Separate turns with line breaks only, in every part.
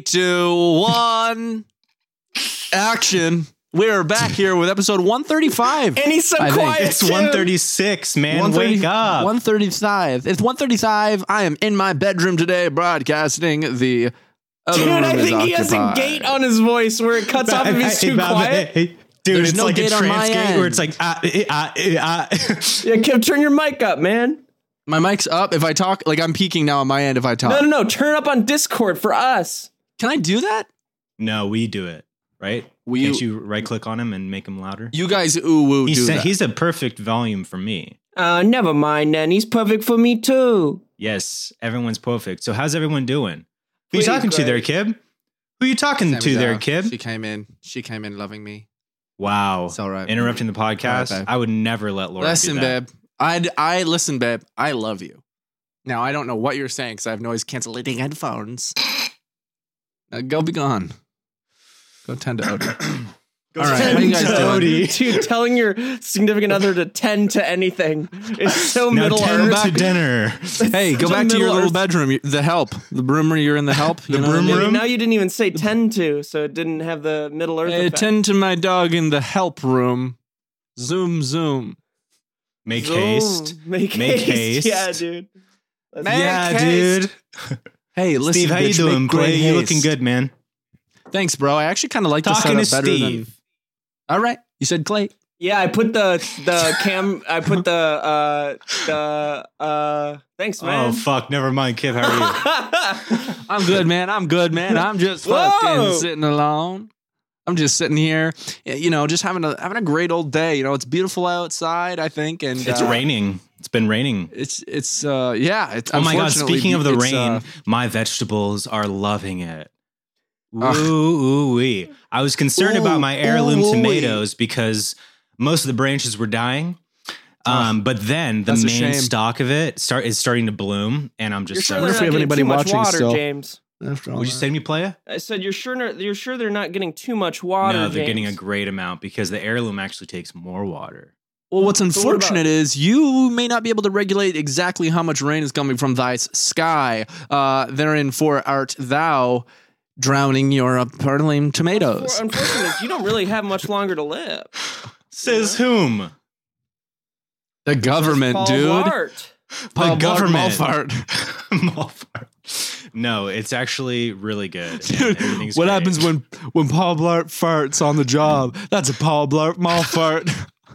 two, one, action. We are back here with episode 135.
And he's so
I think.
quiet.
It's
too.
136, man. Wake up.
135. It's 135. I am in my bedroom today broadcasting the other
Dude,
room
I
is
think he has a
occupied.
gate on his voice where it cuts off if he's too quiet.
Dude,
There's
it's
no
like a
gate on my
trans gate where
end.
it's like, ah, eh, ah, eh, ah.
Yeah, Kev, turn your mic up, man.
My mic's up. If I talk, like I'm peaking now on my end if I talk.
No, no, no. Turn up on Discord for us.
Can I do that?
no, we do it, right?
Will
Can't you right click on him and make him louder?
You guys ooh woo
He
do
said
that.
he's a perfect volume for me.
Uh, never mind, then. He's perfect for me, too.
Yes, everyone's perfect. So how's everyone doing? Who you
Pretty
talking to there,
great.
Kib? Who you talking
Sammy
to there,
Zara. She
Kib?
came in. She came in loving me.
Wow.
It's all right.
Interrupting the podcast.
All right, babe.
I would never let Laura
listen,
do that.
babe. I I listen, babe. I love you. Now I don't know what you're saying because I have noise canceling headphones. Now go be gone. Go tend to Odie. All right, how you guys doing?
Odie.
Dude, telling your significant other to tend to anything is so
Now
middle
tend
earth.
to dinner.
Hey, go
Some
back to your
Middle
little
Earth-
bedroom. You- The help, the broom room. You're in the help. You
The
know what I
broom
mean?
room?
Maybe now you didn't even say tend to, so it didn't have the middle earth.
Hey,
effect.
attend to my dog in the help room. Zoom, zoom.
Make
Zoom.
haste.
Make,
Make
haste.
haste.
Yeah, dude. That's-
Make
yeah,
haste.
dude.
Hey, listen,
Steve, how you
bitch, make
doing, boy?
great
You
haste.
looking good, man.
Thanks, bro. I actually kind of like this
Talking to
setup better than.
Steve.
All right, you said Clay.
Yeah, I put the the cam. I put the uh the uh. Thanks, man.
Oh fuck! Never mind, Kip. How are you?
I'm good, man. I'm good, man. I'm just
Whoa!
fucking sitting alone. I'm just sitting here, you know, just having a having a great old day. You know, it's beautiful outside. I think, and
it's
uh,
raining. It's been raining.
It's it's uh yeah. It's
Oh my god!
unfortunately,
Speaking of the
it's,
rain,
uh,
my vegetables are loving it.
Ugh.
Ooh, ooh wee! I was concerned
Ooh,
about my heirloom
ooh, ooh-wee.
tomatoes because most of the branches were dying. Um, but then the
That's a
main
shame.
stock of it start is starting to bloom, and I'm
You're
just
sure
so
they're
wonder
not
if we have
getting
anybody
too much
watching
water,
still.
James.
after all
Would you
that.
send me playa?
I said you're sure. Not, you're sure they're not getting too much water.
No, they're
James.
getting a great amount because the heirloom actually takes more water.
Well, what's
what about-
unfortunate is you may not be able to regulate exactly how much rain is coming from thy sky. Uh, therein for art thou drowning your uh, purling tomatoes.
Unfortunately, you don't really have much longer to live.
Says whom?
The government,
Paul
dude.
Blart.
Paul Blart
government.
Malfart.
Malfart. No, it's actually really good.
Dude, what happens when when Paul Blart farts on the job? That's a Paul Blart mall fart.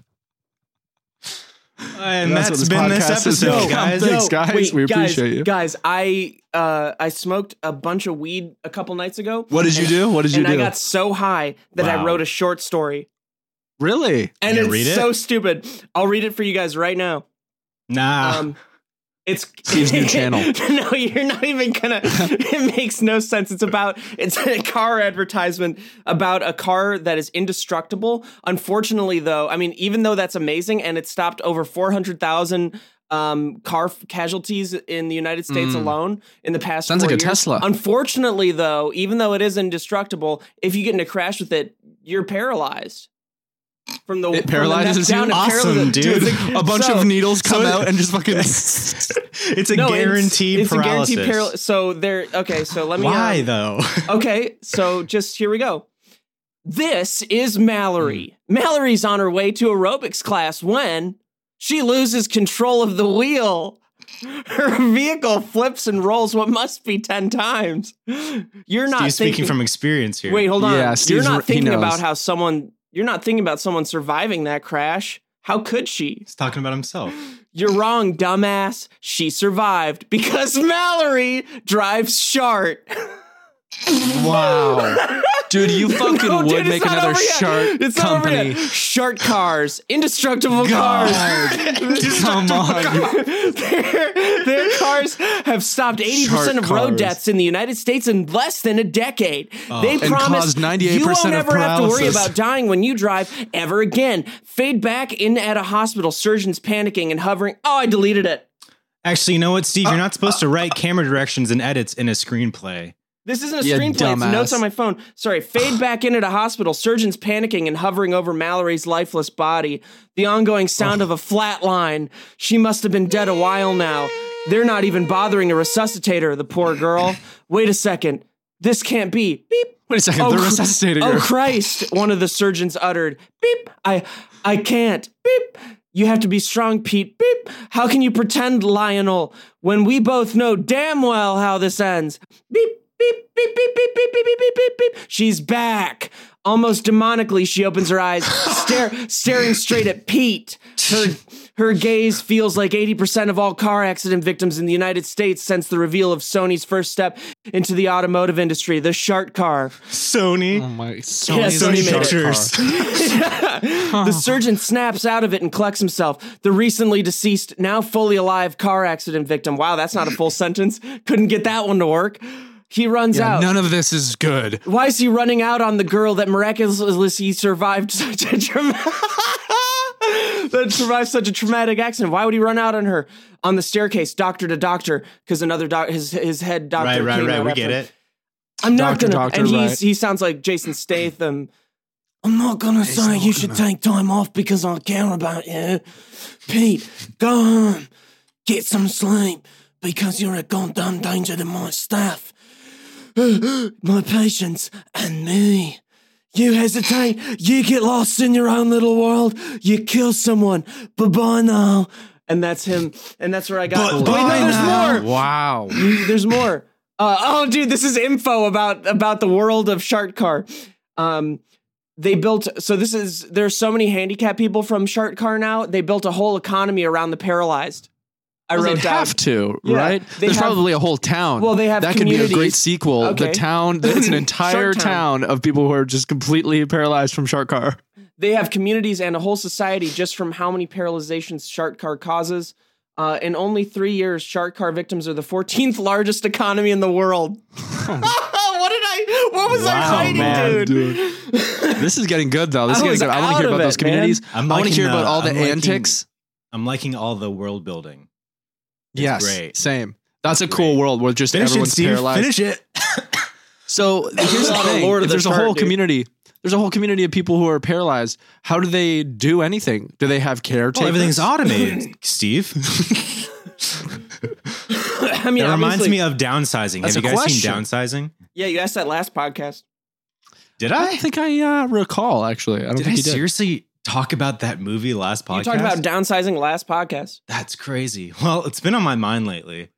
And
That's what
that's
this
been this
podcast is
episode,
about.
guys.
Thanks, guys. We appreciate you.
Guys, I uh, I smoked a bunch of weed a couple nights ago.
What did you do? What did you
and
do?
I got so high that I
Wow.
wrote a short story.
really?
And it's
You gonna read it?
so stupid. I'll read it for you guys right now.
Nah.
Um, it's
Steve's new channel.
no, you're not even gonna. It makes no sense. It's about it's a car advertisement about a car that is indestructible. Unfortunately, though, I mean, even though that's amazing and it stopped over four hundred thousand um, car f- casualties in the United States alone in the past.
Mm. Sounds
four
like a
years.
Tesla.
Unfortunately, though, even though it is indestructible, if you get in a crash with it, you're paralyzed. From the
It
from the
paralyzes
neck down,
you?
it paralyzes-
Awesome, dude.
it's like-
A bunch
so-
of needles come
so-
out and just fucking.
it's a
no, it's-
guaranteed
it's, a
paralysis.
guaranteed paral- so there okay so let me
Why
um,
though?
okay so just here we go this is mallory
Hmm.
mallory's on her way to aerobics class when she loses control of the wheel her vehicle flips and rolls what must be 10 times you're not
He's speaking
thinking
from experience here.
wait hold on
Yeah,
you're
Steve's-
not
he
thinking
knows.
about how someone you're not thinking about someone surviving that crash how could she
he's talking about himself.
you're wrong, dumbass. She survived because Mallory drives Shart.
wow, dude, you fucking
No,
would
dude, it's
make
not
another
over yet.
shark
It's not over
company.
yet. Shart cars, indestructible cars.
Come on,
their, their cars have stopped 80%
Shart
of road
cars. Oh,
deaths in the United States in less than a decade. they
And caused
promised
98%
you won't
of
ever have to worry
paralysis.
about dying when you drive ever again. Fade back in at a hospital, surgeons panicking and hovering. Oh, I deleted it.
Actually, you know what,
Uh,
Steve? You're not supposed to write camera directions and edits in a screenplay.
This isn't a
You
screenplay. It's
dumbass.
notes on my phone. Sorry. Fade back in at a hospital. Surgeons panicking and hovering over Mallory's lifeless body. The ongoing sound of a flat line. She must have been dead a while now. They're not even bothering to resuscitate her, the poor girl. Wait a second. This can't be. Beep.
Wait a second,
Oh,
the
cr-
resuscitator.
Oh Christ! One of the surgeons uttered, "Beep! I, I can't. Beep! You have to be strong, Pete. Beep! How can you pretend, Lionel, when we both know damn well how this ends? Beep! Beep! Beep! Beep! Beep! Beep! Beep! Beep! Beep! Beep! She's back." Almost demonically, she opens her eyes, stare, staring straight at Pete. Her, her gaze feels like 80% of all car accident victims in the United States since the reveal of Sony's first step into the automotive industry, the Shark Car.
Sony.
Oh
Mm.
my! So
Yeah, Sony made it.
Pictures.
The
Uh-huh.
surgeon snaps out of it and collects himself. The recently deceased, now fully alive car accident victim. Wow, that's not a full sentence. Couldn't get that one to work. He runs out.
None of this is good.
Why is he running out on the girl that miraculously survived such a trauma? that survived such a traumatic accident? Why would he run out on her on the staircase, doctor to doctor? Because another doc, his his head doctor.
Right, right,
came
right.
out
We
after
get it.
I'm not
Doctor,
gonna.
doctor,
and he's,
right.
he sounds like Jason Statham. I'm not gonna say you should take time off because I care about you, Pete. Go home, get some sleep because you're a goddamn danger to my staff, my patients, and me. You hesitate, you get lost in your own little world, you kill someone. Bye bye now. And that's him. And that's where I got.
But-
Wait, no,
bye
there's
now.
more.
Wow.
You- there's more. Uh, oh, dude, this is info about about the world of Shark Car. Um, they built so this is there's so many handicapped people from Shark Car now. They built a whole economy around the paralyzed. I
Well,
wrote
they'd
down.
have to,
Yeah,
right?
they
There's
have-
probably a whole town.
Well, they have
that could be a great
communities.
sequel.
Okay.
The town, it's an entire
Shark Town.
town. of people who are just completely paralyzed from shark car.
They have communities and a whole society just from how many paralyzations Shark Car causes. Uh, in only three years, Shark Car victims are the 14th largest economy in the world. what did I? What was I
Hmm. Wow,
hiding,
man,
dude?
this is getting good though. This
I
is
was
getting good. I want to
out
hear
of
about
it,
those communities.
man. I'm
I want to
liking
hear
the-
about all the
I'm liking-
antics.
I'm liking all the world building.
Yes,
great.
same. That's a cool
Great.
world where just
Finish
everyone's
it, Steve.
paralyzed.
Finish it.
So here's the
Oh,
thing:
Lord of
if
the
there's a
Tart,
whole
dude.
community. There's a whole community of people who are paralyzed. How do they do anything? Do they have caretakers?
Well, Oh, everything's automated, Steve.
I mean,
it reminds
obviously-
me of downsizing. Have
That's
you
a
guys seen
question.
downsizing?
Yeah, you asked that last podcast.
Did
I
I?
don't think I uh, recall actually. I don't
did I
think you did.
seriously talk about that movie last podcast?
You talked about downsizing last podcast,
That's crazy. Well, it's been on my mind lately.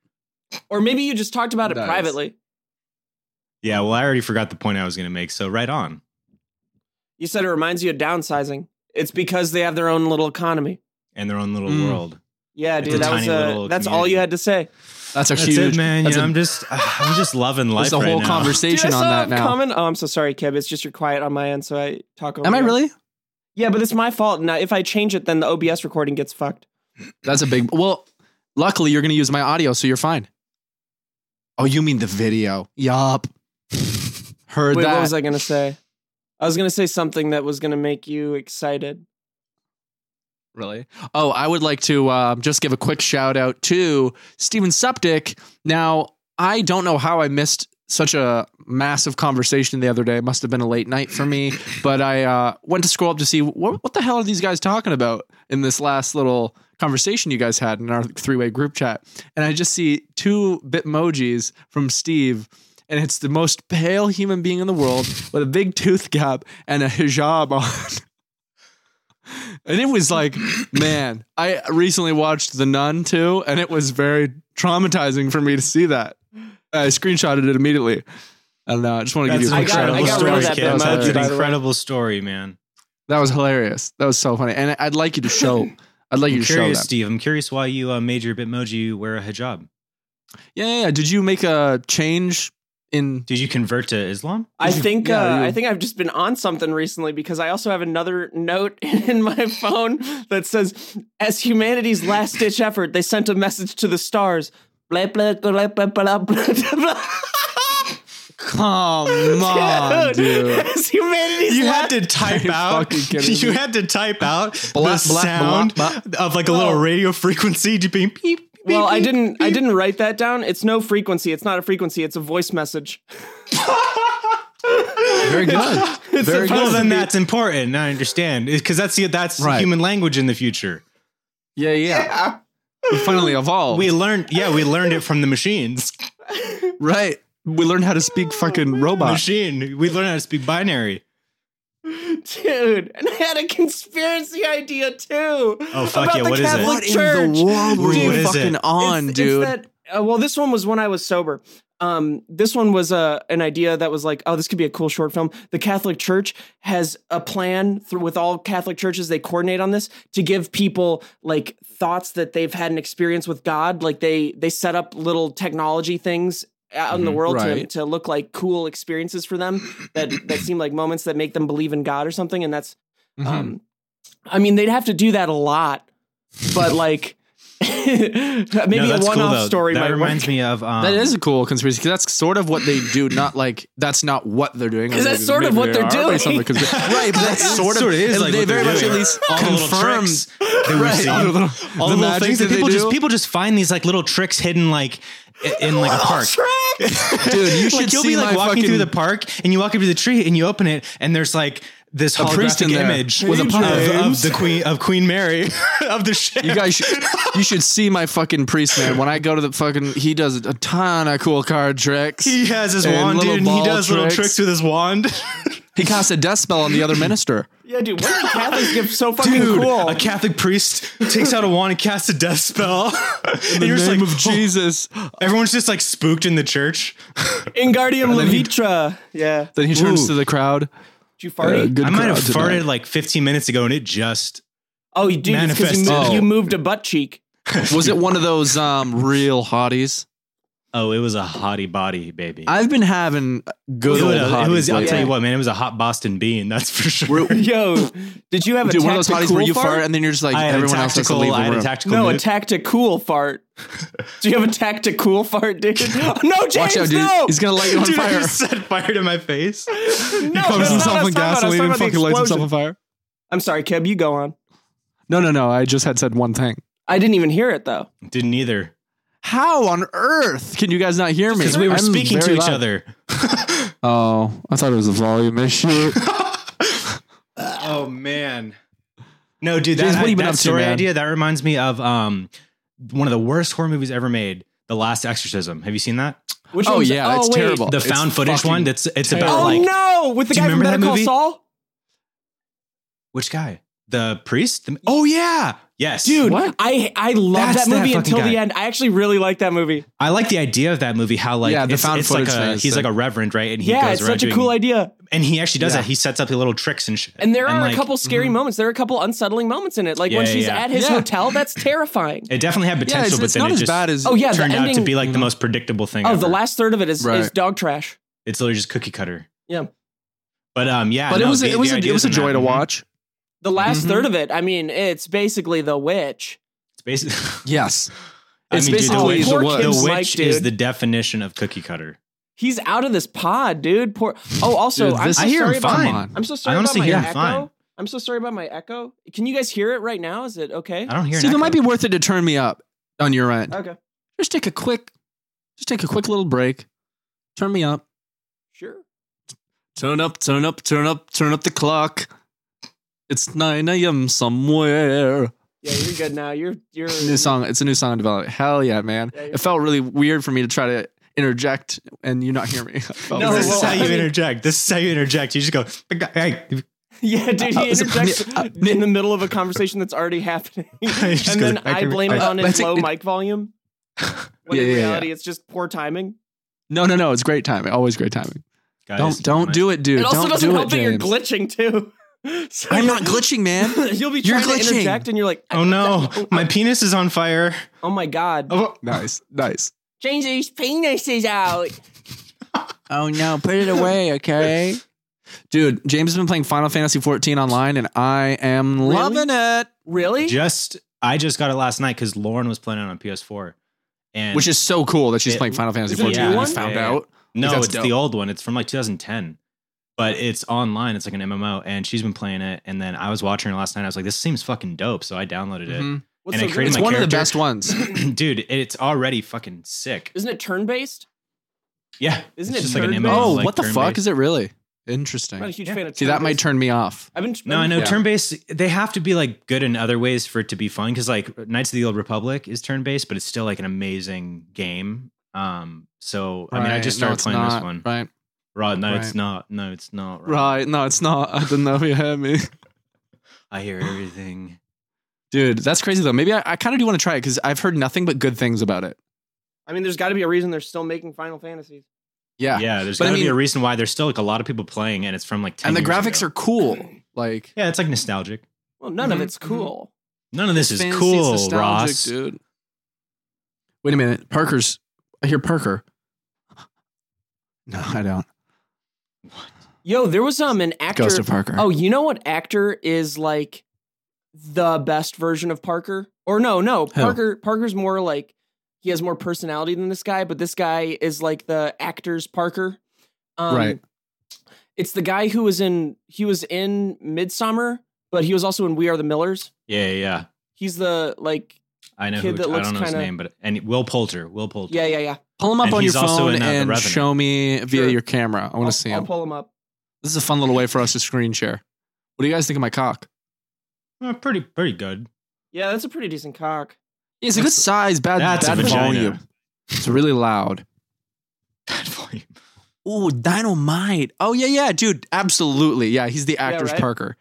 or maybe you just talked about it
Nice.
privately.
Yeah, well, I already forgot the point I was going to make, so right on.
You said it reminds you of downsizing. It's because they have their own little economy.
And their own little
Mm.
world.
Yeah,
It's
dude,
a
that was
tiny
a,
little
that's all
community.
you had to say.
That's a
That's
huge
it, man. You
that's
know,
a-
I'm just, I'm just loving life.
There's a
right
whole
now.
conversation
Dude, I
on
saw
that
a
now.
comment- Oh, I'm so sorry, Kev. It's just you're quiet on my end, so I talk over.
Am I
you.
really?
Yeah, but it's my fault. Now, if I change it, then the OBS recording gets fucked.
That's a big. Well, luckily you're going to use my audio, so you're fine. Oh, you mean the video? Yup. Heard
Wait,
that.
what was I gonna say? I was gonna say something that was gonna make you excited.
Really? Oh, I would like to um, just give a quick shout out to Steven Septic. Now, I don't know how I missed such a massive conversation the other day. It must have been a late night for me, but I uh, went to scroll up to see what, what the hell are these guys talking about in this last little conversation you guys had in our three way group chat. And I just see two bitmojis from Steve. And it's the most pale human being in the world with a big tooth gap and a hijab on. And it was like, man, I recently watched The Nun too, and it was very traumatizing for me to see that. I screenshotted it immediately. And uh, I just want to give
That's
you a
an
I
quick
got-
incredible
shout out.
I got rid
story,
of that
kid.
bit,
That's
by
an
the way.
incredible story, man.
That was hilarious. That was so funny. And I'd like you to show. I'd like you
I'm
to show
curious,
that.
Steve. I'm curious why you uh, made your Bitmoji wear a hijab.
Yeah, yeah, yeah. Did you make a change in?
Did you convert to Islam?
I think
yeah,
uh,
you-
I think I've just been on something recently because I also have another note in my phone that says, "As humanity's last ditch effort, they sent a message to the stars." Blah blah blah blah blah blah. blah.
Come on, dude.
As humanity's
You had
last.
to type
you
out.
fucking kidding
You
me?
had to type out
Blah,
the
blah,
sound
blah,
of like a little
Well-
radio frequency. to beep, beep, beep,
well, I
beep.
didn't. I didn't write that down. It's no frequency. It's not a frequency. It's a voice message.
Very good. Very
Well,
good.
then that's important. I understand because that's the that's
Right.
human language in the future.
Yeah, yeah. We finally evolved.
Oh. We learned, yeah, we learned it from the machines.
right. we learned how to speak fucking robot.
Machine. We learned how to speak binary.
Dude, and I had a conspiracy idea too.
Oh, fuck
about
yeah,
the
what is it?
Catholic
What
Church.
in the world were
Dude, what
you
is
fucking
it?
on,
It's- it's
dude?
that- uh, well, this one was when I was sober. Um, this one was uh, an idea that was like, oh, this could be a cool short film. The Catholic Church has a plan through with all Catholic churches. They coordinate on this to give people like thoughts that they've had an experience with God. Like they they set up little technology things out in the
Mhm,
world
Mm-hmm. right.
to, to look like cool experiences for them that that seem like moments that make them believe in God or something. And that's
Mhm.
um, I mean, they'd have to do that a lot, but like maybe
No,
a
that's cool,
one-off
though.
story
That
might
reminds
work.
me of um,
that is a cool conspiracy because that's sort of what they do. Not like that's not what they're doing. or
'Cause that's
maybe-
sort of
maybe
what
they
they're
are based on the
doing.
conspiracy. right, but that's
It
sort of
sorta is
and
like
they
what
very
they're
much at
doing.
least
all the little
confirmed
tricks that we've
Right.
seen.
All the little-
all
the
the, little
magic
things that,
that they
people just
do.
people just find these like little tricks hidden like i- in like a park.
dude. You should
like you'll
see
be like
my
walking
fucking,
through the park and you walk up to the tree and you open it and there's like this
A priest in
holographic
there.
image
With a
of,
pipe.
of the queen of Queen Mary of the ship.
You guys, should, you should see my fucking priest man. When I go to the fucking, he does a ton of cool card tricks.
he has his
And
wand,
little
dude, and he
ball
does little
tricks.
tricks with his wand.
He casts a death spell on the other minister.
Yeah, dude, what do Catholics give so fucking
Dude,
cool?
a Catholic priest takes out a wand and casts a death spell. and
In
you're just
the
like,
name
oh,
of Jesus.
everyone's just like spooked in the church.
Ingardium Levitra. Yeah. Did
Then he turns
Ooh.
to the crowd.
you fart?
Uh, good
I might have
crowd tonight.
farted like 15 minutes ago and it just.
oh, you dude, it's 'cause you,
manifested.
moved,
Oh.
you moved a butt cheek.
Was it one of those um, real hotties?
Oh, it was a hottie body, baby.
I've been having good
it
old
was,
hotties.
it was- I'll
lately.
tell you what, man, it was a hot Boston bean, that's for sure.
Yo, did you have a
Dude,
tactical
one of those hotties
cool
where you
fart?
fart and then you're just like
I had
everyone
a
else has to
tactical,
leave
I
the
had a
room.
tactical
no, a
move.
tactical fart. Do you have a tactical fart, dude? Oh, no, James,
Watch out, dude!
no!
He's gonna light you on
Dude, I
fire.
just set fire to my face.
no, that's not what I was talking about. I was talking about the explosion.
fire.
I'm sorry, Keb, you go on.
No, no, no! I just had said one thing.
I didn't even hear it though.
Didn't either.
How on earth can you guys not hear me?
Because we were
I'm
speaking to
very
each
loud.
other.
Oh, I thought it was a volume issue.
Oh man. No, dude, that,
James, what have you been
that
up to,
story
man?
idea that reminds me of um one of the worst horror movies ever made, The Last Exorcism. Have you seen that?
Which
oh
one's-
yeah, it's
wait.
terrible.
The
It's
found footage
fucking-
one. That's it's
terrible.
about
Oh
like
no, with the
Do you
guy from
remember that
Better Call
movie?
Saul.
which guy? The priest. The- oh yeah, yes,
Dude,
What?
I I love
That's
that
that
movie
fucking
until the
guy.
end. I actually really like that movie.
I like the idea of that movie. How like
Yeah, the
it's,
found
it's like
footage thing
a,
is
he's
sick.
like a reverend, right? And he
yeah,
goes
it's
around
such a
doing-
cool idea.
And he actually does
Yeah.
that. He sets up the little tricks and shit.
And there are
like, mm.
a couple scary moments. There are a couple unsettling moments in it. Like when
Yeah, yeah,
she's
yeah.
at his
Yeah.
hotel, that's terrifying.
It definitely had
Yeah,
potential,
it's,
but
it's
then
not
it
as
just
bad as.
Oh yeah, the
turned
ending.
out to be
Mm-hmm.
like the most predictable thing.
oh,
ever.
the last third of it is, is
Right.
dog trash.
It's literally just cookie cutter.
Yeah.
But um, yeah.
but it
no,
was
the-
it was
the
a, it
ideas
was a
in
joy
that-
to
mhm.
watch.
The last
Mm-hmm.
Mhm.
third of it. I mean, it's basically the witch.
It's basically.
Yes,
I
It's
mean, dude,
basically
the
the
witch,
work.
the
Kids
witch
like, dude.
is the definition of cookie cutter.
He's out of this pod, dude. Poor. Oh, also,
Dude,
I'm
this
so
I hear
sorry
him
about.
fine.
Come
I'm so sorry
I honestly
about my
hear him
echo.
fine.
I'm so sorry about my echo. Can you guys hear it right now? Is it okay?
I don't hear.
See,
an
it might
echo.
be worth it to turn me up on your end.
Okay.
Just take a quick, just take a quick little break. Turn me up.
Sure.
Turn up, turn up, turn up, turn up the clock. It's nine a.m. somewhere.
Yeah, you're good now. You're you're
New song. It's a new song in development. Hell yeah, man!
Yeah, yeah.
It felt really weird for me to try to interject and you not hear me. I felt
No,
really
Oh, this
well,
is how
I
you
mean-
interject. This is how you interject. You just go. Hey.
Yeah, dude, he
Uh, so-
interjects
uh,
in the middle of a conversation that's already happening, and
just goes
then
back
I
to-
blame it
uh,
on
that's
his
it-
low
it-
mic volume. When
Yeah,
in
yeah, yeah.
reality, it's just poor timing.
No, no, no. It's great timing. Always great timing.
Guys,
Don't don't do it, dude.
It also
don't
doesn't
do
help
it,
that you're
James.
glitching too. So-
I'm not glitching, man.
You'll be
You're
trying to
glitching.
interject, and you're like,
Oh no, my penis is on fire.
"Oh my god,
Oh,
nice, nice.
change these penises out."
Oh no, put it away, okay? Dude, James has been playing Final Fantasy 14 online, and I am
Really?
loving it.
Really?
Just I just got it last night because Lauren was playing it on PS4, and
Which is so cool that she's
It-
playing Final Fantasy
Is it a
14.
new
and I
one?
found
Yeah, yeah.
out.
no,
that's
it's
dope.
the old one. It's from like 2010, but it's online. It's like an MMO, and she's been playing it. And then I was watching her last night. I was like, this seems fucking dope. So I downloaded it.
Mhm.
What's
And
so
I
good?
created
It's
my
one of the
character-
best ones.
dude, it's already fucking sick.
Isn't it turn based?
Yeah,
Isn't
it's
it
just like an
turn-based?
MMO?
oh,
like
what the fuck
turn-based.
is it really?
I'm not a
Interesting.
huge
Yeah.
fan of.
See, that might
turn-based.
turn me off.
I've been.
No, I know
Yeah.
turn based. They have to be like good in other ways for it to be fun. Because like Knights of the Old Republic is turn based, but it's still like an amazing game. Um, so I mean, I
Right,
just
no,
started
it's
playing
not,
this one. Right,
Right.
no,
right.
it's not. No, it's not.
Right. No, it's not. I didn't know if you heard me.
I hear everything.
Dude, that's crazy though. Maybe I, I kind of do want to try it because I've heard nothing but good things about it.
I mean, there's got to be a reason they're still making Final Fantasies.
Yeah.
Yeah, there's
But I
gotta be
mean-
a reason why there's still like a lot of people playing, and it's from like 10
And the
years
graphics
ago.
are cool. Like,
yeah, it's like nostalgic.
Well, none of
Mhm,
it's cool.
None of this is
fantasy's
cool,
nostalgic,
Ross.
Dude. Wait a minute. Parker's. I hear Parker. No, I don't.
Yo, there was um an actor.
Ghost of Parker.
Oh, you know what actor is like the best version of Parker? Or no, no, Parker Parker's more like he has more personality than this guy, but this guy is like the actor's Parker. Um,
Right.
It's the guy who was in he was in Midsummer, but he was also in We Are the Millers.
Yeah, yeah, yeah.
He's the like
I know.
Kid
Who,
that
I
looks
don't know his
kinda-
name, but and Will Poulter. Will Poulter.
yeah yeah yeah.
Pull him up
And
on your
he's also
phone
in, uh, The
and
Revenant.
show me via
Sure.
your camera. I want
I'll-
to see
I'll
him.
pull him up.
This is a fun little way for us to screen share. What do you guys think of my cock?
Uh, pretty, pretty good.
Yeah, that's a pretty decent cock.
Yeah, it's a good size, bad,
That's
bad
a vagina.
volume. It's really loud.
Bad volume.
Ooh, dynamite. Oh yeah, yeah, dude. Absolutely. Yeah, he's the actor's
right?
Parker.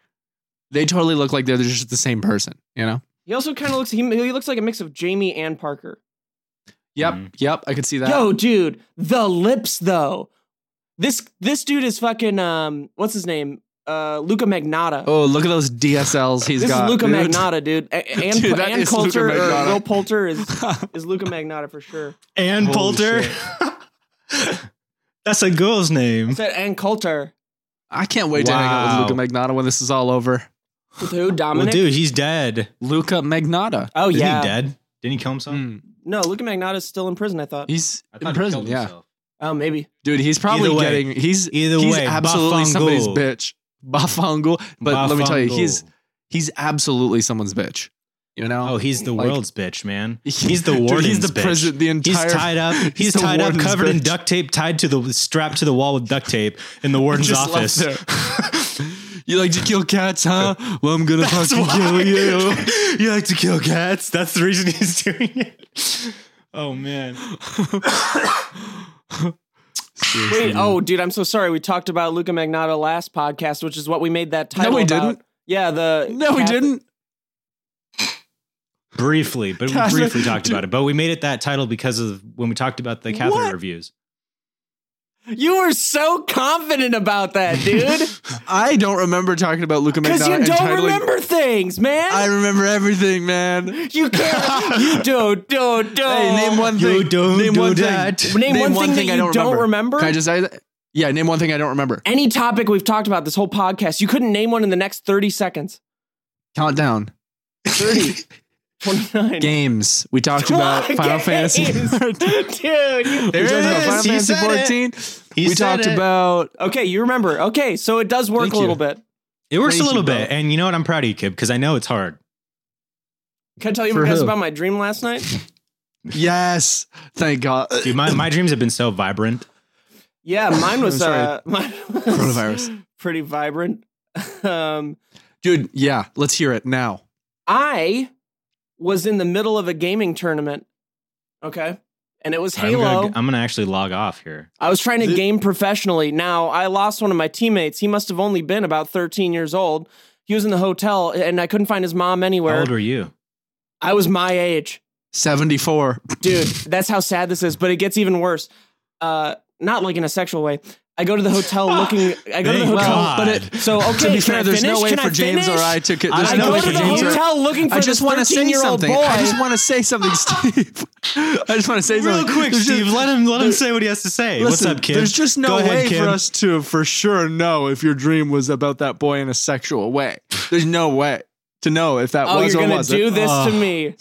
They totally look like they're just the same person, you know?
He also kind of looks he, he looks like a mix of Jamie and Parker.
Yep,
Mhm.
yep. I could see that.
Yo, dude, the lips though. This this dude is fucking um what's his name? Uh Luca Magnotta.
Oh, look at those DSLs he's
this
got.
is Luca
dude.
Magnotta, dude. A- a- and
Dude, that
and
is
Coulter
Luca
or
Magnotta.
Will Poulter is is Luca Magnotta for sure.
Ann
Holy
Poulter. That's a girl's
I
name.
said and Coulter.
I can't wait to hang out with Luca Magnotta when this is all over.
With who?
Well,
Dominic?
dude, he's dead.
Luca Magnotta.
oh
Isn't
yeah.
he dead? Didn't he kill himself?
Mm.
No, Luca Magnotta's still in prison, I thought.
He's
Hmm. I thought
in
he
prison.
killed
Yeah.
himself.
oh, maybe.
Dude, he's probably
Either way.
getting he's
Either
he's
way,
absolutely
Bafangul.
somebody's bitch. Bafangul. But let me tell you, he's
Bafangul.
he's absolutely someone's bitch. You know?
oh, he's the
like-
world's bitch, man. He's the warden's
Dude, he's the
bitch.
president. The
He's
entire
tied up. He's,
he's the
tied up,
warden's
covered in
bitch.
duct tape, tied to the strapped to the wall with duct tape in the warden's
Just
office.
left You like to kill cats, huh? Well, I'm gonna
That's
fucking
why.
kill you.
you like to kill cats. That's the reason he's doing it. Oh man.
Seriously,
Wait,
dude.
oh dude, I'm so sorry. We talked about Luca Magnotta last podcast, which is what we made that title.
we
about.
didn't.
Yeah, the
no, we
Catholic-
didn't.
Briefly, but we
That's
briefly
right.
talked about it. But we made it that title because of when we talked about the catheter
What?
reviews.
You were so confident about that, dude.
I don't remember talking about Luca
Because
McDonald.
you don't
entitling-
remember things, man.
I remember everything, man.
you can't. you don't. Don't. Don't.
Hey, name one
You
thing.
don't
name
do
one
that.
thing.
Name one thing that
I
you
don't
don't
remember.
remember?
Can I just say that? Yeah, name one thing I don't remember.
Any topic we've talked about this whole podcast, you couldn't name one in the next thirty seconds.
Countdown.
30, 29.
Games. We talked about Final Fantasy.
Games. dude.
we
you-
There
talked about
it is.
Final
He
Fantasy
said it.
14.
He
we
said
talked
it.
about
Okay, you remember. Okay, so it does work
Thank
a little
you.
bit.
It works
Thank
a little
you,
bit,
bro.
and you know what? I'm proud of you, kid, because I know it's hard.
Can I tell you
For
guys
who?
about my dream last night?
yes. Thank God.
Dude, my, my dreams have been so vibrant.
Yeah, mine was
I'm sorry.
uh, mine was
Coronavirus.
Pretty vibrant. um,
Dude, yeah, let's hear it now.
I was in the middle of a gaming tournament. Okay. And it was
I'm
Halo.
gonna, I'm gonna actually log off here.
I was trying to
Th-
game professionally. Now, I lost one of my teammates. He must have only been about 13 years old. He was in the hotel and I couldn't find his mom
How
anywhere.
old were you?
I was my age.
74.
Dude, that's how sad this is, but it gets even worse. Uh, not like in a sexual way. I go to the hotel looking. I go to the
Thank
hotel.
God.
But it,
So,
to
okay,
be
can I
fair, there's no
finish?
way
Can I
for James or
finish?
I to. There's
I
I
no
go
way
know
to
for
the
James or
hotel looking for
I just
want to
say something.
Boy.
I just want to say something, Steve. I just want to say
Real
something.
quick,
There's just-
Steve. Let him let him say what he has to say.
Listen,
What's up, kid?
There's just no
Go ahead,
way
kid.
for us to for sure know if your dream was about that boy in a sexual way. There's no way to know if that
Oh,
was
you're
or
gonna
wasn't.
do this
Ugh.
to me.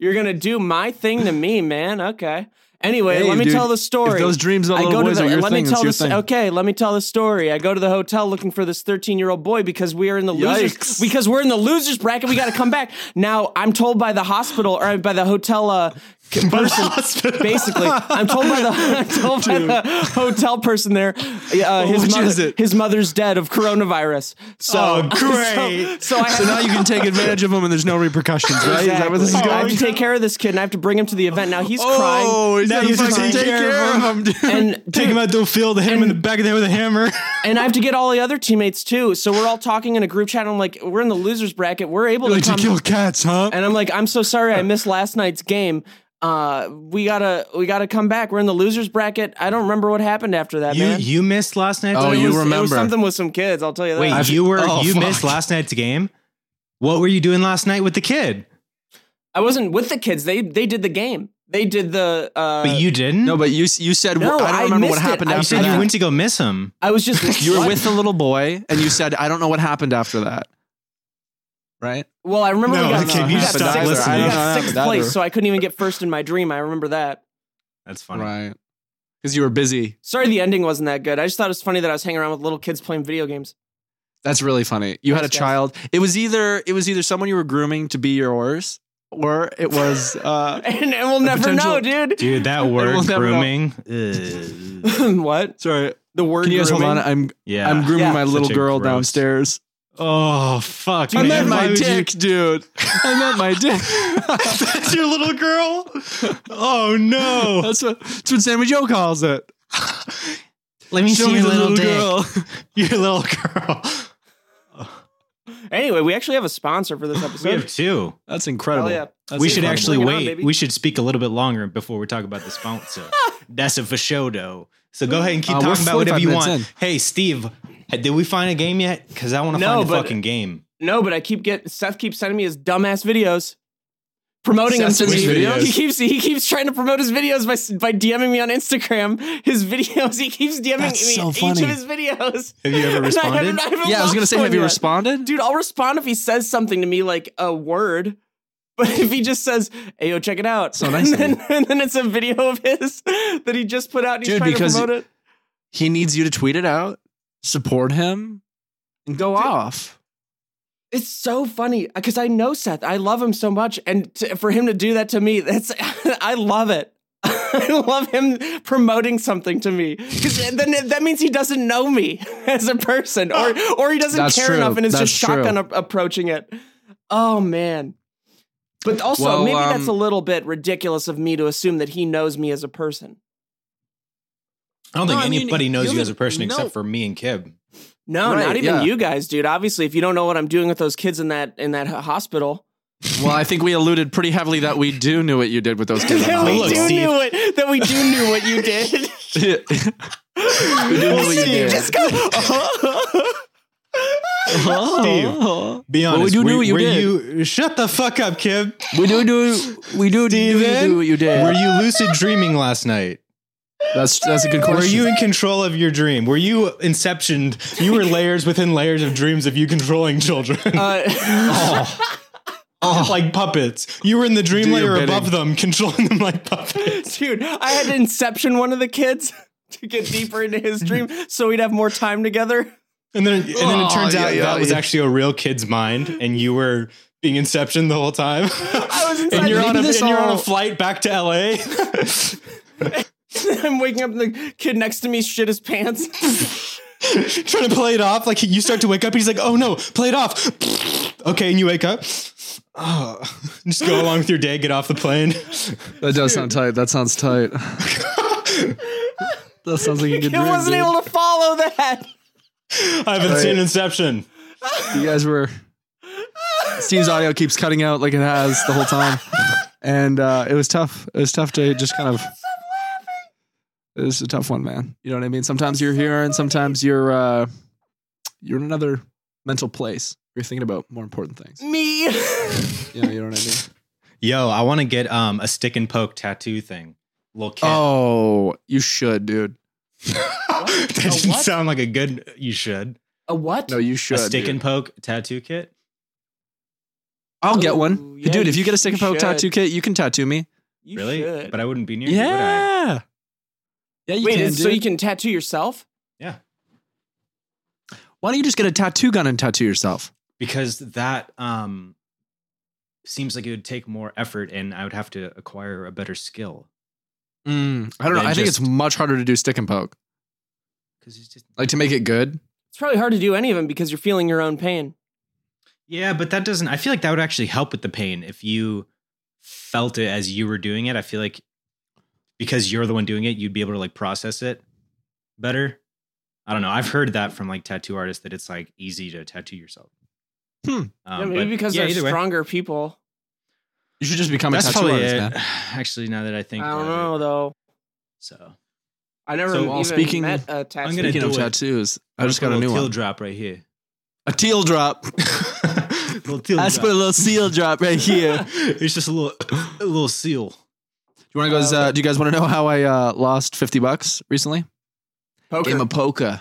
You're gonna do my thing to me, man. Okay. Anyway,
Hey,
let me
dude,
tell the story.
If those dreams of
I
little
go to
boys
the,
are your
let
thing,
me
it's
tell
your
this.
thing.
Okay, let me tell the story. I go to the hotel looking for this 13 year old boy because we are in the losers
Yikes.
because we're in the losers bracket. We got to come back. Now I'm told by the hospital or by the hotel uh, person.
hospital.
Basically, I'm told by the, I'm told by the hotel person there, uh, his,
Which
mother,
is it?
his mother's dead of coronavirus. So
Oh, great.
So, so I
So
have-
now you can take advantage of them and there's no repercussions, right? Is that where this is
Exactly. I have
going? Oh,
to take care of this kid and I have to bring him to the event. Now he's crying.
he's
Now
gotta
you just
fucking
take care of
him. dude.
And
Take him out to a field, hit him in the back of the head with a hammer.
and I have to get all the other teammates too. So we're all talking in a group chat. And I'm like, we're in the losers bracket. We're able to
like to
come.
kill cats, huh?
and I'm like, I'm so sorry I missed last night's game. Uh, we gotta we gotta come back. We're in the losers bracket. I don't remember what happened after that,
you
man.
you missed last night.
Oh,
It
you
was- It was
remember.
something with some kids. I'll tell you that.
Wait,
I've-
you were
oh,
you
fuck.
missed last night's game. What were you doing last night with the kid?
I wasn't with the kids. They they did the game. They did the. Uh,
But you didn't.
No, but you you said
No,
I
I
don't remember what
missed it.
happened
I
you
after
said
that.
you went to go miss him.
I was just
You were
What?
with the little boy, and you said, "I don't know what happened after that." Right?
Well, I remember
No,
we got,
okay,
we
you
got
stop
sixth,
listening.
we
I don't
got
know
sixth
that
place,
either.
so I couldn't even get first in my dream. I remember that.
That's funny.
Right? Because you were busy.
Sorry, the ending wasn't that good. I just thought it was funny that I was hanging around with little kids playing video games.
That's really funny. You had a
Thanks, guys.
child. It was either it was either someone you were grooming to be yours, or it was uh,
And, and we'll never know, dude.
Dude, that
We'll
word
never know.
grooming. ugh.
what?
sorry.
The word
Can you guys hold on?
grooming?
I'm
yeah.
I'm grooming
Yeah.
my little
Such a
girl
gross-
downstairs.
Oh fuck!
I
man.
meant
Why
my
would you-
dick, dude. I meant my dick.
That's your little girl. Oh no!
That's what that's what Sammy Joe calls it.
Let
Show me the little girl.
Your little girl.
Anyway, we actually have a sponsor for this episode.
We have two.
That's
Hell
incredible.
yeah.
That's
we should
incredible.
actually
Bring it on,
wait.
baby.
we should speak a little bit longer before we talk about the sponsor. That's a fashodo. So go ahead and keep
Uh, we're
talking about whatever
45
you
minutes
want.
in.
Hey, Steve, did we find a game yet? Because I want to
No,
find a
but-
fucking game.
No, but I keep getting Seth keeps sending me his dumbass videos. Promoting him
Seth's
to me.
videos?
He keeps he keeps trying to promote his videos by by DMing me on Instagram. His videos. He keeps DMing
That's
me
so
each
funny.
of his videos.
Have you
And I haven't-
ever responded?
I haven't
Yeah, I was gonna
watched
say,
one
have you
yet.
responded?
Dude, I'll respond if he says something to me like a word. But if he just says, "Hey, yo, check it out,"
So nice
and,
of
then, and then it's a video of his that he just put out. And he's
Dude,
trying
because-
to promote it.
He needs you to tweet it out, support him, and go off.
It's so funny because I know Seth. I love him so much, and to, for him to do that to me, that's I love it. I love him promoting something to me because then it- that means he doesn't know me as a person, or or he doesn't
Ah, That's
care
true.
enough and is
That's
just
true.
shotgun a- approaching it. Oh man! But also,
Well,
maybe
um,
that's a little bit ridiculous of me to assume that he knows me as a person.
I don't think
No, I mean,
anybody knows you
human-
as a person
no.
except for me and Kib.
No,
Right,
not even
yeah.
you guys, dude. Obviously, if you don't know what I'm doing with those kids in that in that h- hospital.
Well, I think we alluded pretty heavily that we do knew what you did with those kids.
that we
Look,
do
Steve.
knew it. That we do knew what you did.
we do know what you did.
Just go.
Oh.
Be honest.
we do
were-
know what you
were
did.
you- shut the fuck up, Kib.
We do do we do do,
Steven?
do what you did.
Were you lucid dreaming last night?
that's that's a good question.
Were you in control of your dream? Were you inceptioned? You were layers within layers of dreams of you controlling children.
Uh,
oh. Like puppets. You were in the dream
Do your
layer
bidding.
above them, controlling them like puppets.
dude, I had to inception one of the kids to get deeper into his dream so we'd have more time together.
And then, and then
Oh,
it turns
yeah,
out
yeah,
that was
yeah.
actually a real kid's mind, and you were being inception the whole time.
I was inside.
and you're, on a,
Maybe
and
this
you're on
all-
a flight back to LA.
I'm waking up and the kid next to me shit his pants.
trying to play it off. Like you start to wake up, and he's like, "Oh no, play it off." okay, and you wake up. Oh, just go along with your day. Get off the plane.
That does sound tight. That sounds tight. that sounds like a good
He
dream.
wasn't
dude.
able to follow that.
I haven't seen Inception.
you guys were. Steve's audio keeps cutting out like it has the whole time, and uh, it was tough. It was tough to just kind of. It was a tough one, man. You know what I mean? Sometimes you're here, and sometimes you're uh, you're in another mental place. You're thinking about more important things.
Me.
You know, you know what I mean?
Yo, I want to get um a stick and poke tattoo thing. Little kid.
Oh, you should, dude.
that didn't
what?
sound like a good. You should
A what?
No, you should.
a stick
dude.
and poke tattoo kit.
I'll get
Ooh,
one,
Oh, yeah,
dude. If you
you
get a stick and
should.
poke tattoo kit, you can tattoo me.
You
really?
should.
But I wouldn't be near you, would I?
yeah. Yeah, you
Wait,
can.
is- so
dude.
you can tattoo yourself?
Why don't you just get a tattoo gun and tattoo yourself?
Because that um seems like it would take more effort and I would have to acquire a better skill.
Mm, I don't know.
Then
I think it's
just-
much harder to do stick and poke.
Because it's just
Like to make it good.
It's probably hard to do any of them because you're feeling your own pain.
Yeah, but that doesn't I feel like that would actually help with the pain if you felt it as you were doing it. I feel like because you're the one doing it, you'd be able to like process it better. I don't know. I've heard that from like tattoo artists that it's like easy to tattoo yourself.
Hmm.
Um,
yeah,
but-
maybe because
yeah,
they're
either way.
stronger people.
You should just become
That's
a tattoo
probably
artist.
it.
Man.
Actually, now that I think,
I don't
about it,
know though.
So
I never
So,
even
well, speaking-
met a tattoo.
I'm gonna
Speaking of
do it.
tattoos, I just
I'll
got a
put
new
little teal
one.
drop right here.
A teal drop.
little teal
I just put a
drop.
little seal drop right here.
it's just a little, a little seal.
Do you want to go?
Uh,
Uh, do you guys want to know how I uh, lost fifty bucks recently?
Poker.
Game of poker.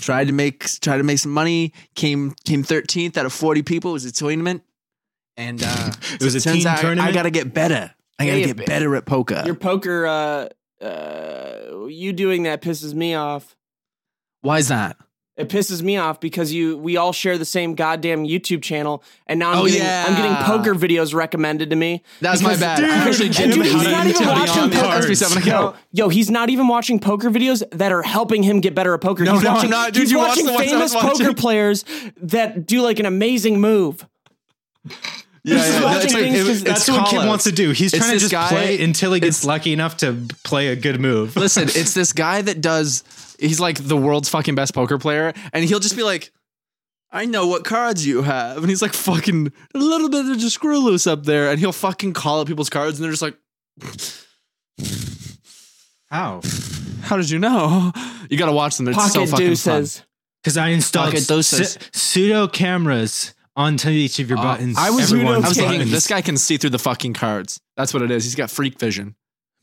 tried to make tried to make some money. Came came thirteenth out of forty people. It was a tournament, and uh,
It was a
turns
team
out I-
tournament.
I gotta get better. I gotta
Yeah,
get
but-
better at poker.
Your poker, uh, uh, you doing that pisses me off.
Why is that?
It pisses me off because you, we all share the same goddamn YouTube channel, and now I'm,
Oh,
getting, I'm getting
yeah.
poker videos recommended to me.
That's my
Because-
bad. I actually
and
didn't
dude,
make
he's
money.
not
To
even
be
watching
honest,
poker.
that's me seven account.
Yo, he's not even watching poker videos that are helping him get better at poker.
No,
he's
no, I'm
watching,
not. Dude,
he's
you watched
watching
the ones I
famous
was watching.
poker players that do like an amazing move.
Yeah, yeah,
watching
it's like-
things
it-
just-
it's
That's what Kim
call-outs.
wants to do. He's
It's
trying to
this
just
guy-
play until he gets lucky enough to play a good move.
Listen, it's this guy that does. He's like the world's fucking best poker player, and he'll just be like, "I know what cards you have," and he's like, "Fucking a little bit of just screw loose up there," and he'll fucking call out people's cards, and they're just like,
How?
"How did you know?" You gotta watch them. It's so
Pocket
fucking
deuces.
Because I installed
Pocket doses.
pse- pseudo cameras onto each of your
fun.
buttons.
Uh, I was,
Everyone's
I was thinking
buttons.
this guy can see through the fucking cards. That's what it is. He's got freak vision,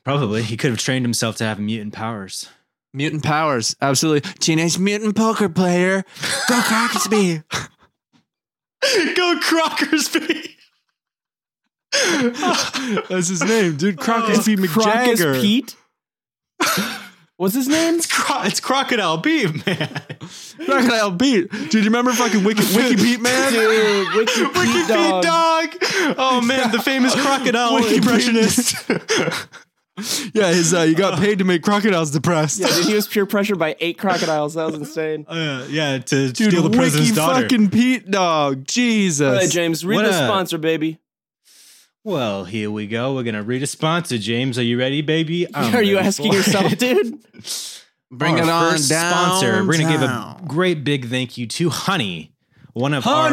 Probably he could have trained himself to have mutant powers.
mutant powers. Absolutely, teenage mutant poker player. Go Crocsby.
Go Crockersby.
That's his name, dude. Crocsby
Crocus Pete. What's his name?
It's, cro- it's Crocodile Beam, man.
Crocodile Beat. Dude, you remember fucking Wiki, Wiki Beat Man?
Dude, Wiki Pete
Ricky Dog.
Dog.
Dog. Oh man, the famous crocodile
Wicked
impressionist.
yeah, his uh, you got paid to make crocodiles depressed.
Yeah, dude, he was peer pressured by eight crocodiles. That was insane.
Uh, yeah, to
dude,
steal the
Wiki
president's daughter.
fucking Pete Dog.
All
Jesus.
right, James, read
What
the
a-
sponsor, baby.
Well, here we go. We're gonna read a sponsor, James. Are you ready, baby? I'm
Are you
ready
asking
for
yourself,
it.
dude?
Bring
Our
it on
first
down.
sponsor. We're gonna give a great big thank you to Honey, one of our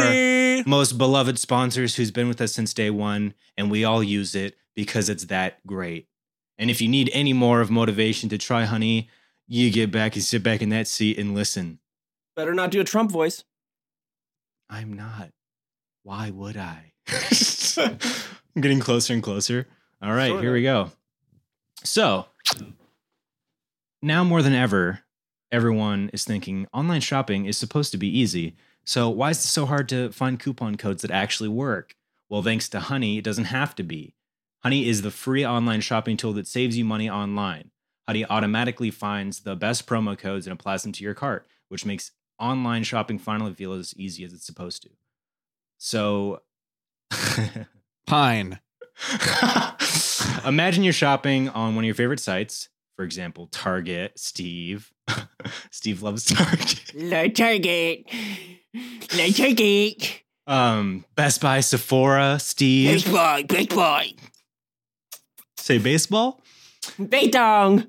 most beloved sponsors, who's been with us since day one, and we all use it because it's that great. And if you need any more of motivation to try Honey, you get back and sit back in that seat and listen.
Better not do a Trump voice.
I'm not. Why would I? I'm getting closer and closer. All right,
Sort
here we go. So, now more than ever, everyone is thinking online shopping is supposed to be easy. So, why is it so hard to find coupon codes that actually work? Well, thanks to Honey, it doesn't have to be. Honey is the free online shopping tool that saves you money online. Honey automatically finds the best promo codes and applies them to your cart, which makes online shopping finally feel as easy as it's supposed to. So,
Pine.
Imagine you're shopping on one of your favorite sites, for example, Target, Steve. Steve loves Target.
No Target. No Target.
Um, Best Buy, Sephora, Steve.
boy, big boy.
Say baseball.
Big dong.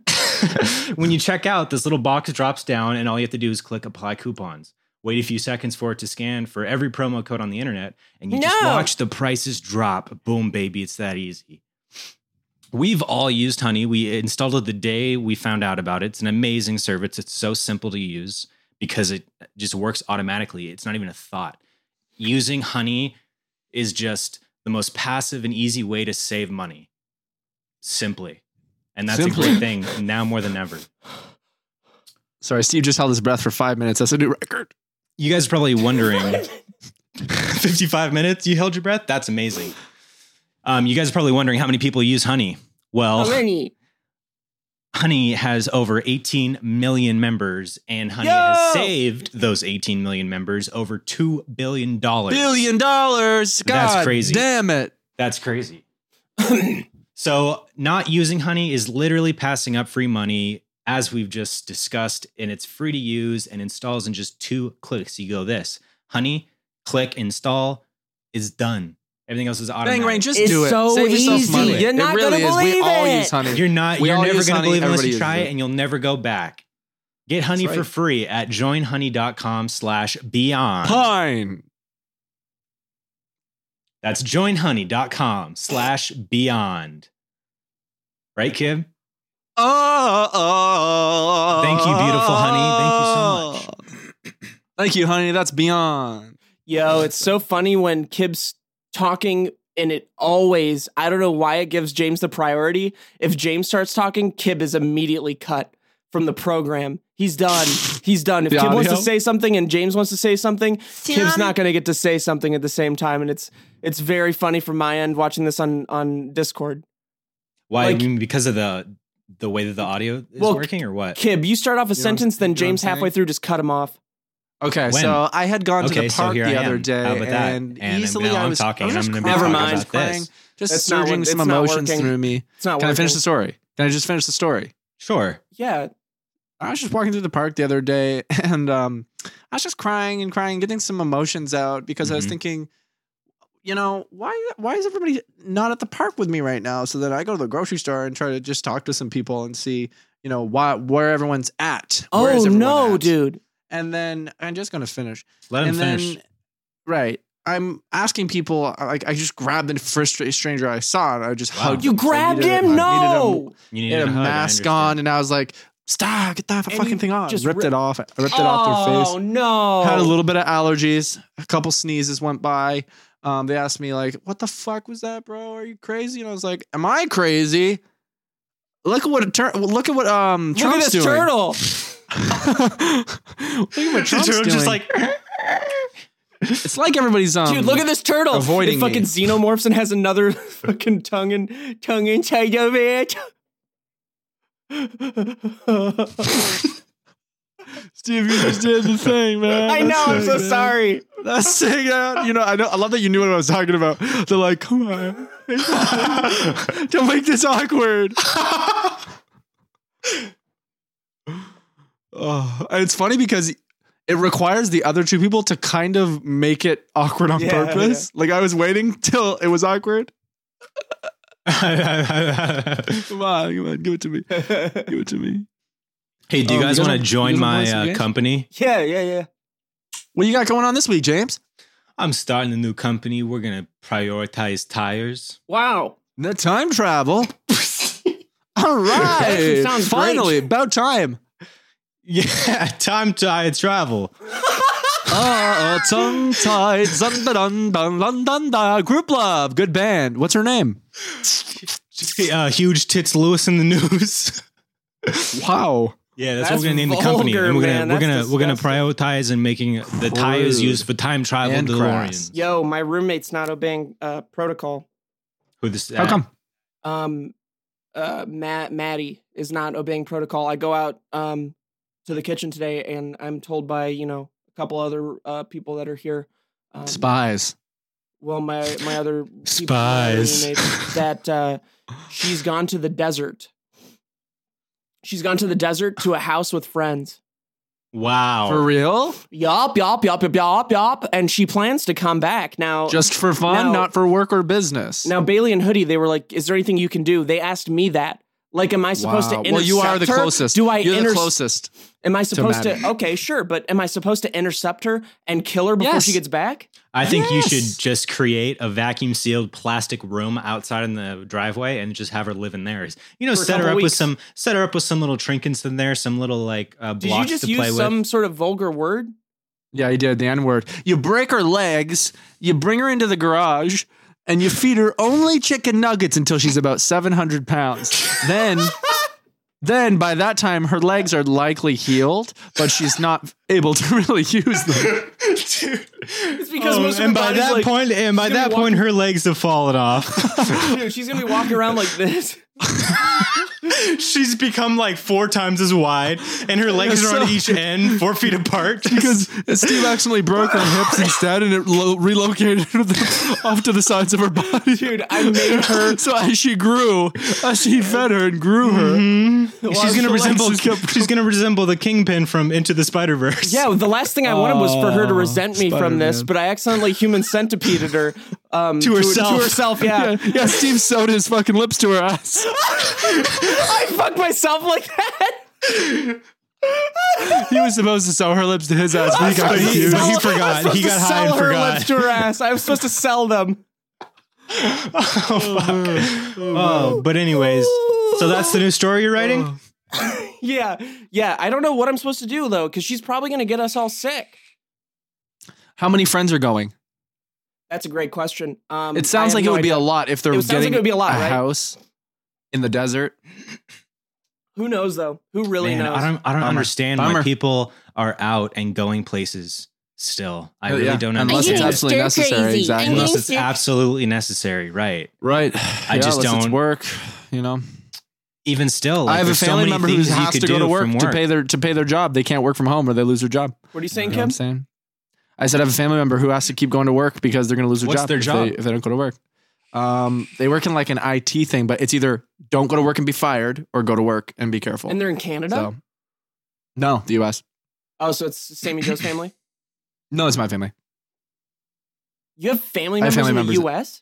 when you check out, this little box drops down, and all you have to do is click apply coupons. Wait a few seconds for it to scan for every promo code on the internet, and you just
No.
watch the prices drop. Boom, baby, it's that easy. We've all used Honey. We installed it the day we found out about it. It's an amazing service. It's so simple to use because it just works automatically. It's not even a thought. Using Honey is just the most passive and easy way to save money. Simply. And that's
Simply.
a great thing now more than ever.
Sorry, Steve just held his breath for five minutes. That's a new record.
You guys are probably wondering 55 minutes you held your breath? That's amazing.
Oh.
Um, you guys are probably wondering how many people use honey. Well,
How many?
Honey has over 18 million members, and Honey has
Yo!
saved those 18 million members over $2 billion.
Billion dollars.
That's
God
crazy.
Damn it.
That's crazy. so, not using honey is literally passing up free money, as we've just discussed, and it's free to use and installs in just two clicks. You go this honey, click, install is done. Everything else is automatic.
Dang, Rain, just
It's
do it.
so
Save yourself
easy.
money.
You're
It
not
really is.
gonna
We
believe
all
it.
use honey.
You're not.
We
you're
all
never
use
going to
honey,
believe unless
everybody
you
uses
try it,
it.
and you'll never go back. Get honey
That's
for
right.
free at joinhoney.com/beyond.
Pine.
That's joinhoney.com slash beyond. Right, Kim?
Oh, oh,
Thank you, beautiful honey. Thank
you so much. Oh. Thank you, honey. That's beyond.
Yo, it's so funny when Kib's talking and it always, I don't know why it gives James the priority. If James starts talking, Kib is immediately cut from the program. He's done. He's done. If
The
Kib wants to
audio?
say something and James wants to say something, Kib's not going to get to say something at the same time. And it's it's very funny from my end watching this on on Discord.
Why?
Like-
I mean, because of the the way that the audio is
Well,
working or what?
Kib, you start off a
You know what I'm-
sentence,
you
then
know what I'm
James halfway
saying?
through just cut him off.
Okay,
When?
so I had gone to
Okay,
the
so
park
here I
the other
am.
day,
How about that?
and
And
easily
now
I
I'm
was,
talking,
I was
and I'm gonna be
crying.
talking Never
I was
mind.
crying, just
That's not
surging
work-
some
it's not
emotions
working.
through me.
It's not
Can I
working.
finish the story? Can I just finish the story?
Sure.
Yeah.
I was just walking through the park the other day, and um, I was just crying and crying, getting some emotions out because I was
Mm-hmm.
thinking,
Mhm.
you know, why why is everybody not at the park with me right now? So that I go to the grocery store and try to just talk to some people and see, you know, why where everyone's at. Where is
Oh,
everyone
no,
at?
dude.
And then I'm just gonna finish
Let him
and
finish.
then right i'm asking people like i just grabbed the first stra- stranger i saw and i just
Wow.
hugged
You
him. I
grabbed
needed a-
him?
I needed
No.
you
a-
need
he had
a
a
hug, I
mask
understand.
on and i was like stop get that
And
fucking
you
thing off
just
ripped
rip-
it off i ripped it off their face
Oh no!
had a little bit of allergies a couple sneezes went by um, they asked me like what the fuck was that bro are you crazy and i was like am i crazy look at what a tur- look at what um
Look
Trump's
at this
doing.
turtle.
look at what Trump's doing.
just like
it's like everybody's um
Dude, look at this turtle.
avoiding
it fucking
me.
xenomorphs and has another fucking tongue and tongue inside of it.
Steve, you just did the thing, man.
I know. I'm so sorry.
That's sick. man. You know, I know. I love that you knew what I was talking about. They're like, come on, don't make this awkward. oh, and it's funny because it requires the other two people to kind of make it awkward on
Yeah,
purpose. Like I was waiting till it was awkward. Come on, come on, give it to me, give it to me.
hey, do you
Um,
guys
you
want
don't-
to join
you don't
my
voice
uh,
again?
company?
Yeah, yeah, yeah.
What you got going on this week, James?
I'm starting a new company. We're going to prioritize tires.
Wow.
The time travel. All
actually
right.
sounds great.
Finally, about time.
Yeah, time tire travel.
Oh, tongue tied. Dun, dun, dun, dun, dun, dun, dun. Group love. Good band. What's her name?
Uh, huge tits Lewis in the news.
Wow.
Yeah, that's,
That's
what we're gonna name the
vulgar,
company. And we're gonna
man.
we're gonna
That's
we're gonna
disgusting.
prioritize and making the tires
Crude.
used for time travel
And
DeLoreans.
crass.
Yo, my roommate's not obeying uh, protocol.
Who this? uh,
How come?
Um, uh, Matt Maddie is not obeying protocol. I go out um to the kitchen today, and I'm told by you know a couple other uh, people that are here. Um,
Spies.
well my my other people, my
Spies.
roommates, that uh, she's gone to the desert. She's gone to the desert to a house with friends.
Wow.
For real?
Yup, yup, yup, yup, yup, yup. And she plans to come back now.
Just for fun,
No.
not for work or business.
now Bailey and Hoodie, they were like, "Is there anything you can do?" They asked me that. Like, am I supposed to
Wow.
intercept
Well, you are the
her?
closest.
Do I
You're the
inter-
closest.
Am I supposed to?
Maddie.
Okay, sure, but am I supposed to intercept her and kill her before
Yes.
she gets back?
I think
Yes.
you should just create a vacuum sealed plastic room outside in the driveway and just have her live in there. You know,
For a
set her
couple
up with
weeks.
some set her up with some little trinkets in there, some little like uh,
Did you
blocks
just
to play
use some
with.
sort of vulgar word?
Yeah, you did the N word. You break her legs, you bring her into the garage, and you feed her only chicken nuggets until she's about 700 pounds. Then. Then by that time her legs are likely healed, but she's not able to really use them.
Dude.
It's because
Oh,
most of
and
her
by
body's
that
like,
point, and by
she's gonna
that
be
point, her legs have fallen off.
dude, she's gonna be walking around like this.
She's become like four times as wide, and her legs
That's
are on
so-
each end, four feet apart.
because Steve accidentally broke her hips instead, and it lo- relocated them off to the sides of her body.
Dude, I made her.
So as she grew, as he fed her and grew her,
Mm-hmm.
she's gonna
the legs
resemble
just kept-
she's gonna resemble the kingpin from Into the Spider Verse.
Yeah, the last thing I wanted was for her to resent me from this,
Spider-Man.
but I accidentally human centipeded her um, to
herself.
To herself, yeah.
yeah, yeah, Steve sewed his fucking lips to her ass.
I fucked myself like that.
He was supposed to sew her lips to his ass, but he got
But he-
confused.
but he
Sell-
forgot.
I was supposed
He
to
got high
sell
and
her
forgot.
lips to her ass. I was supposed to sell them. Oh,
Oh, but anyways, so that's the new story you're writing.
Oh. Yeah, yeah. I don't know what I'm supposed to do though, because she's probably gonna get us all sick.
How many friends are going?
That's a great question. Um,
It sounds
I have
like it
no
would be a
idea.
lot if they're
It sounds like
getting
it would be a lot, right?
house in the desert.
Who knows though? Who really
Man,
knows?
I don't I don't
Bummer.
understand
Bummer.
why people are out and going places still. I
Oh,
really
yeah.
don't
Unless
understand.
it's
I'm
it.
absolutely
stir
necessary,
crazy.
exactly.
I'm
Unless
getting
it's
stir-
absolutely necessary, right?
Right.
I
unless
just
it's
don't-
work. You know,
Even still, like,
I have a
there's so
family
many
member who
things that you
has
could
to go
do
to work,
from
to pay their to pay their job. They can't work from home or they lose their job.
what are you
You
saying,
know what I'm
Kim?
saying? I said I have a family member who has to keep going to work because they're going to lose their
What's
job,
their
if,
job?
They, if they don't go to work. Um, they work in like an IT thing, but it's either don't go to work and be fired or go to work and be careful.
And they're in Canada.
so, no, the U.S.
Oh, so it's Sammy Joe's family.
No, it's my family.
You have family
I have
members
family
in
members-
the U.S.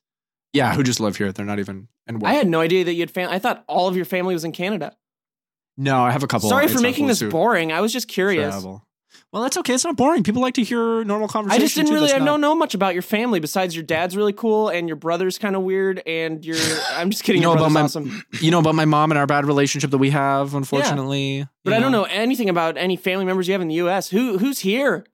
Yeah, who just live here. They're not even and work.
I had no idea that you had family. I thought all of your family was in Canada.
no, I have a couple.
Sorry
It's
for
not
making
cool
this
to
boring. I was just curious.
travel. Well, that's okay. It's not boring. People like to hear normal
I
conversation.
just didn't
too.
really.
That's
I
not-
don't know much about your family besides your dad's really cool and your brother's kind of weird and your. I'm just kidding.
You know
your
about
brother's
my-
awesome.
You know about my mom and our bad relationship that we have, unfortunately.
But
You
I don't know anything about any family members you have in the U.S. Who who's here?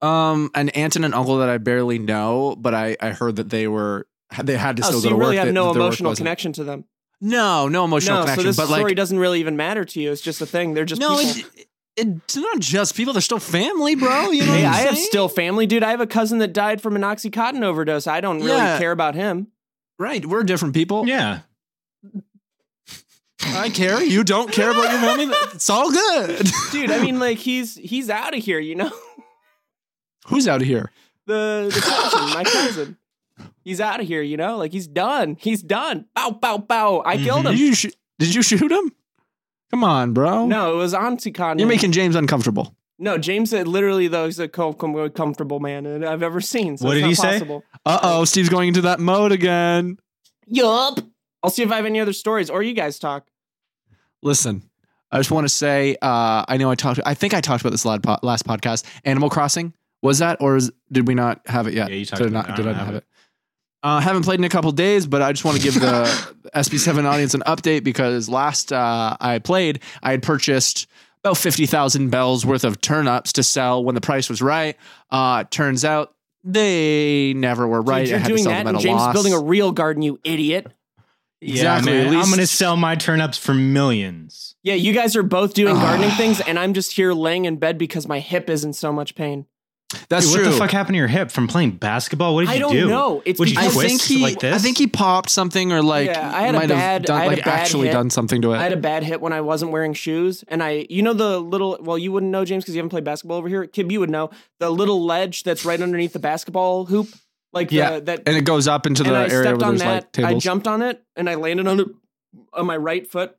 Um, an aunt and an uncle that I barely know, but I I heard that they were they had to
Oh,
still
so
go to
you really
work.
have
that-
no
that their work
emotional
wasn't-
connection to them.
No, no emotional
no, so
connection.
this
but
story
like,
doesn't really even matter to you. It's just a thing. They're just
no,
people.
it, it, it's not just people. They're still family, bro. You know,
Hey,
what I'm
I have
saying?
still family, dude. I have a cousin that died from an oxycontin overdose. I don't really
Yeah.
care about him.
right. We're different people.
Yeah.
I care. You don't care about your family. It's all good.
Dude, I mean, like he's he's out of here, you know.
Who's out of here?
The the cousin, my cousin. He's out of here, you know? Like he's done. He's done. Bow bow bow. I killed
Did
Mm-hmm.
him.
you sh- did you shoot him? Come on, bro.
No, it was oxycontin.
you're making James uncomfortable.
No, James said literally though he's the com- com- comfortable man that I've ever seen. So
What
it's
did
not
he say?
possible.
Uh oh, Steve's going into that mode again.
Yup. I'll see if I have any other stories or you guys talk.
Listen, I just want to say, uh, I know I talked. I think I talked about this lad- po- last podcast. Animal Crossing was that, or is, did we not have it yet?
Yeah, you talked
Did I not,
about it. I
did I
don't
not
have
have
it.
it? Uh, haven't played in a couple days, but I just want to give the SB7 audience an update because last uh, I played, I had purchased about fifty thousand bells worth of turnips to sell when the price was right. Uh, turns out they never were right. I
Dude, you're
had to
doing
sell
that
them at
and
a
James
loss.
is building a real garden, you idiot.
Exactly,
Yeah,
at
man.
least-
I'm gonna sell my turnips for millions.
Yeah, you guys are both doing gardening things, and I'm just here laying in bed because my hip is in so much pain.
That's
Dude,
true.
What the fuck happened to your hip from playing basketball? What did
I
you
don't
do?
know. It's
Would you
I
because-
twist
think he,
like this?
I think he popped something or like
Yeah, I had a
might have
bad-
done,
I had a
like
bad
actually
hit.
done something to it.
I had a bad hit when I wasn't wearing shoes, and I, you know, the little. Well, you wouldn't know, James, because you haven't played basketball over here. Kib, you would know the little ledge that's right underneath the basketball hoop, like
Yeah,
the, that.
and it goes up into
and
the
I
area
stepped
where
on
there's
that.
like tables.
I jumped on it, and I landed on it on my right foot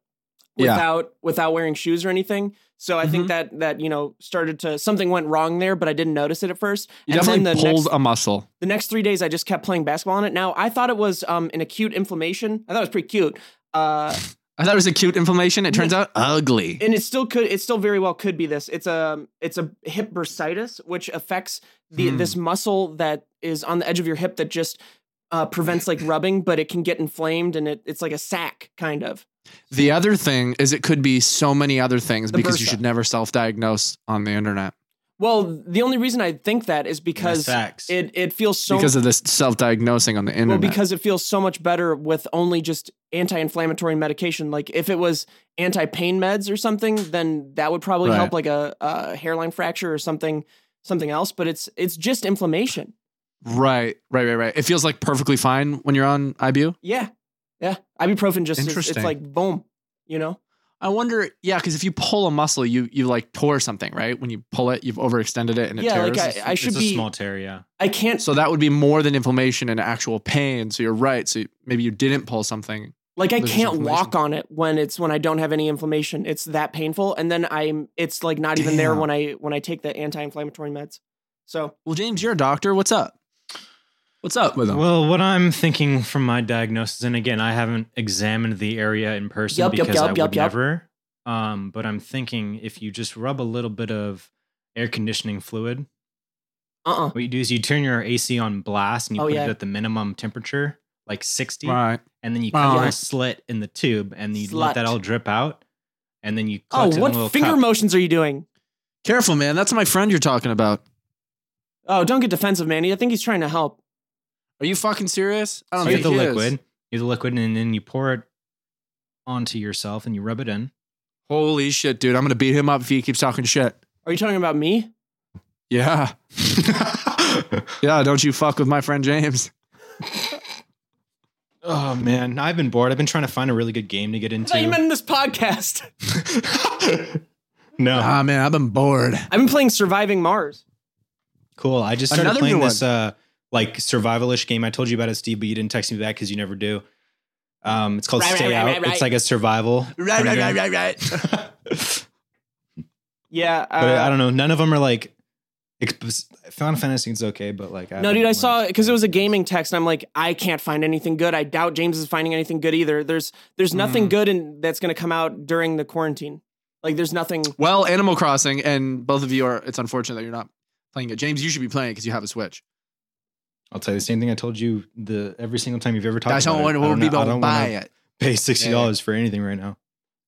Yeah. Mm-hmm.
without without wearing shoes or anything. So I think that that you know started to something went wrong there, but I didn't notice it at first.
you
and
definitely
then the
pulled
next
a muscle.
the next three days I just kept playing basketball on it. Now I thought it was um, an acute inflammation. I thought it was pretty cute. Uh,
I thought it was acute inflammation. It turns out ugly.
and it still could it still very well could be this. It's a it's a hip bursitis, which affects the
Hmm.
this muscle that is on the edge of your hip that just uh, prevents like rubbing, but it can get inflamed and it, it's like a sack kind of.
the other thing is it could be so many other things
The
because you
bursa.
should never self-diagnose on the internet
Well, the only reason I think that is because
facts.
it it feels so
because of this self-diagnosing on the
Well,
internet.
because it feels so much better with only just anti-inflammatory medication. Like if it was anti-pain meds or something, then that would probably
Right.
help, like a, a hairline fracture or something, something else, but it's it's just inflammation.
Right, right, right, right. It feels like perfectly fine when you're on IBU.
Yeah, yeah. Ibuprofen just is, it's
Interesting.
like boom, you know.
I wonder, yeah, because if you pull a muscle, you you like tore something, right? When you pull it, you've overextended it and it
Yeah,
tears.
like I, I should
it's a
be.
small tear, yeah.
I can't
so that would be more than inflammation and actual pain. So you're right. So you- maybe you didn't pull something.
like I
There's
can't
inflammation.
walk on it when it's when I don't have any inflammation. It's that painful, and then I'm it's like not even there
Damn.
when I when I take the anti-inflammatory meds. So
Well, James, you're a doctor. What's up? What's up with them?
Well, what I'm thinking from my diagnosis, and again, I haven't examined the area in person
Yup, yup,
because
yup,
I would
yup, yup.
never. Um, but I'm thinking if you just rub a little bit of air conditioning fluid,
uh uh
what you do is you turn your AC on blast and you
Oh,
put
yeah.
it at the minimum temperature, like 60,
right.
and then you cut a
Right.
little slit in the tube and you let that
Slut.
all drip out, and then you
Oh,
collect it in a little
what finger
cup.
motions are you doing?
Careful, man. That's my friend you're talking about.
Oh, don't get defensive, Manny. I think he's trying to help.
Are you fucking serious? I don't
So you
think
get the
he is.
liquid, you get the liquid, and then you pour it onto yourself and you rub it in.
Holy shit, dude. I'm going to beat him up if he keeps talking shit.
Are you talking about me?
Yeah. yeah, don't you fuck with my friend James.
Oh man, I've been bored. I've been trying to find a really good game to get
I thought you
into.
meant in this podcast.
No,
Ah, man, I've been bored.
I've been playing Surviving Mars.
cool. I just started
Another
playing
good
this uh like survivalish game. I told you about it, Steve, but you didn't text me back because you never do. Um, it's called
Right, right,
Stay
right,
Out.
right, right.
It's like a survival.
Right,
kind
right, right,
of game.
right, right.
Yeah, uh,
But I don't know. None of them are like ex- Final Fantasy is okay, but like I
No, dude,
haven't
I saw
liked-
because it was a gaming text, and I'm like, I can't find anything good. I doubt James is finding anything good either. There's there's nothing
Mm.
good in, that's going to come out during the quarantine. Like, there's nothing.
Well, Animal Crossing, and both of you are, it's unfortunate that you're not playing it. James, you should be playing it because you have a Switch.
I'll tell you the same thing I told you the every single time you've ever talked
I
about
don't
it.
want
I don't,
people
know- I
to
don't
buy
wanna
it.
pay sixty dollars for anything right now.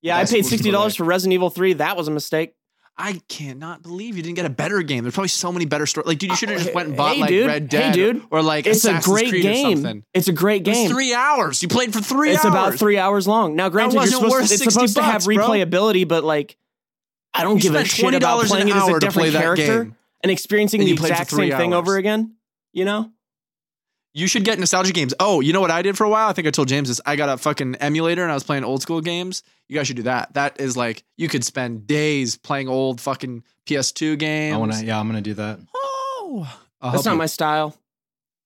Yeah, I
That's
paid
what people
sixty dollars
like.
for Resident Evil Three. That was a mistake.
I cannot believe you didn't get a better game. There's probably so many better stories. Like, dude, you should have just went and bought
Uh, Hey,
like
dude. Hey,
Red Dead
dude.
or like
It's
Assassin's
a great
Creed or
game.
something.
It's a great
It was
game.
three hours. You played for three
it's
hours.
about three hours long. Now, granted, you're
wasn't
supposed,
worth
it's
60
supposed to have
bucks, bro.
replayability, but like, I don't
You
give a
spent
shit about
$20
playing
an
it as
hour
a
to
different
play that
character
game.
and experiencing
And
the
you played for
exact
three
same thing
hours.
over again. You know?
You should get nostalgia games. Oh, you know what I did for a while? I think I told James this. I got a fucking emulator and I was playing old school games. You guys should do that. That is like you could spend days playing old fucking PS2 games.
I want to. Yeah, I'm gonna do that.
Oh, I'll help
That's not
you.
my style.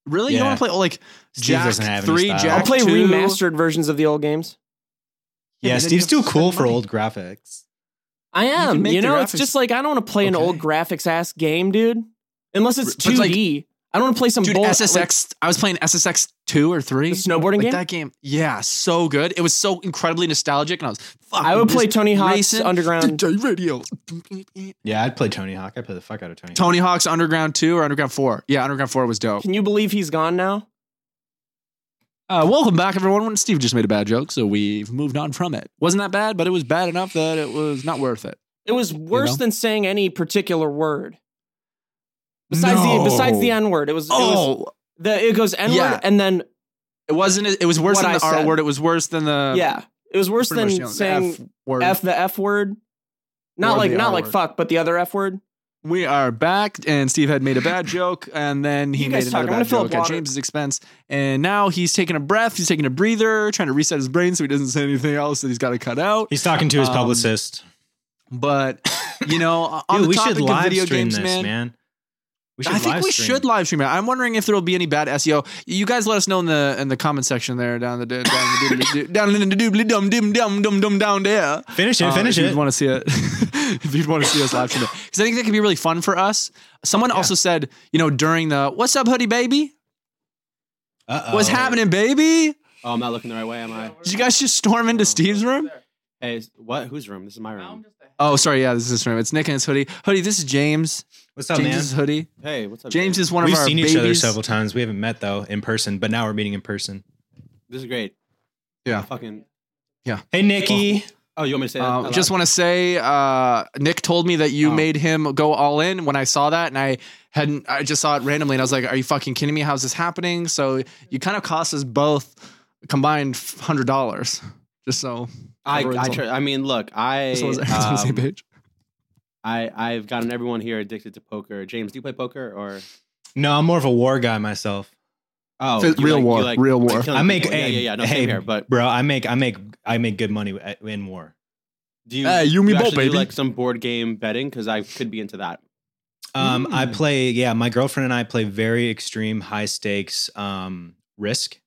really. You don't
Yeah.
want to play oh, like
Steve
Jack
doesn't have any
three,
style.
Jack
I'll play
two.
remastered versions of the old games.
Yeah,
Yeah,
but then
Steve's
you
too
have to
cool
spend
for
money.
old graphics.
I
can
am. You,
make the
know, it's
graphics-
just like I don't want to play an
Okay.
old graphics ass game, dude. Unless it's
But,
two
like,
D. I don't want to play some
Dude,
bull-
SSX.
like,
I was playing SSX two or three.
the snowboarding
like
game.
that game, yeah, so good. It was so incredibly nostalgic, and I was. Fucking
I would play
just
Tony Hawk's
racing.
Underground.
DJ Radio.
Yeah, I'd play Tony Hawk. I'd play the fuck out of Tony. Hawk.
Tony Hawk's Underground Two or Underground Four. Yeah, Underground Four was dope.
Can you believe he's gone now?
Uh, welcome back, everyone. Steve just made a bad joke, so we've moved on from it. Wasn't that bad, but it was bad enough that it was not worth it.
It was worse
know?
than saying any particular word. Besides the besides the N word, it was. it, was
oh,
the, it goes N word
Yeah.
and then
it wasn't. It was worse
What
than
I
the R
said.
word. It was worse than the
yeah, it was worse
Um, pretty much,
than
you know, the F
saying
word.
F, the F word. Not
Or
like
the
not
R
like
word.
fuck, but the other F word.
We are back, and Steve had made a bad joke, and then he
You
made
guys
another
talk. I'm gonna
bad
fill up
joke at
water.
James's expense, and now he's taking a breath. He's taking a breather, trying to reset his brain so he doesn't say anything else that he's got to cut out.
He's talking to his
Um,
publicist.
But you know, on
Dude,
the
we
topic
should live
of video
stream
games,
this, man.
man.
We should
I think
live
we
stream.
should live stream it. I'm wondering if there will be any bad SEO. You guys let us know in the in the comment section there down the down the doobly- down in the doobly dum dim dum dum dum down there.
Finish it.
Uh,
finish
if
it.
You'd want to see it if you'd want to see us live stream it because I think that could be really fun for us. Someone also said, you know, during the "What's up, hoodie baby?
Uh-oh.
Oh,
What's happening, baby?"
Oh, I'm not looking the right way, am I?
Did you guys just storm into Steve's room?
Hey, is- what? Whose room? This is my room.
Oh, sorry. Yeah, this is his room. It's Nick and his hoodie. Hoodie, this is James.
What's up, man?
James's hoodie.
Hey, what's up?
James
Dave?
is one
We've
of our
seen
babies.
each other several times. We haven't met though in person, but now we're meeting in person.
This is great.
Yeah.
Fucking.
Hey, Nikki.
Oh, you want me to say that?
Uh,
out
just
loud?
want to say, uh, Nick told me that you
Oh.
made him go all in when I saw that, and I hadn't. I just saw it randomly, and I was like, "Are you fucking kidding me? How's this happening?" So you kind of cost us both combined hundred dollars. Just so
I,
everyone's
I,
on-
tr- I mean, look, I.
just so everyone's on the same
um,
page.
I I've gotten everyone here addicted to poker. James, do you play poker or
No, I'm more of a war guy myself.
oh
F-
you
real
like- you
war,
like
real war.
killing
I make
people. yeah
hey,
yeah yeah no
hey,
same here. But
bro, I make I make I make good money at- in war.
do you
Hey, you me
do
both,
actually
baby.
do like some board game betting? Because I could be into that.
Um,
Hmm.
I play yeah. My girlfriend and I play very extreme, high stakes um, risk.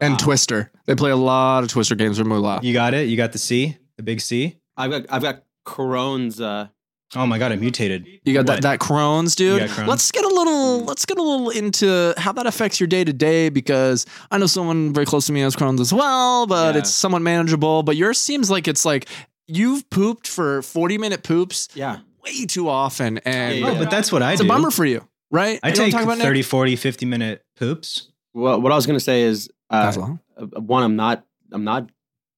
and
Wow.
Twister. They play a lot of Twister games or Moolah.
You got it. You got the C, the big C.
I've got I've got Crohn's. Uh,
Oh my god, I mutated.
You got
What?
that that Crohn's, dude.
You got Crohn's?
Let's get a little let's get a little into how that affects your day to day because I know someone very close to me has Crohn's as well, but
Yeah.
it's somewhat manageable. But yours seems like it's like you've pooped for 40 minute poops
yeah,
way too often and
Yeah,
Oh, but that's what I
it's a
do.
bummer for you, right?
I
You know what I'm
take
talking about, Nick?
30, 40, 50 minute poops.
well, what I was gonna say is uh,
That's long.
uh, one i'm not i'm not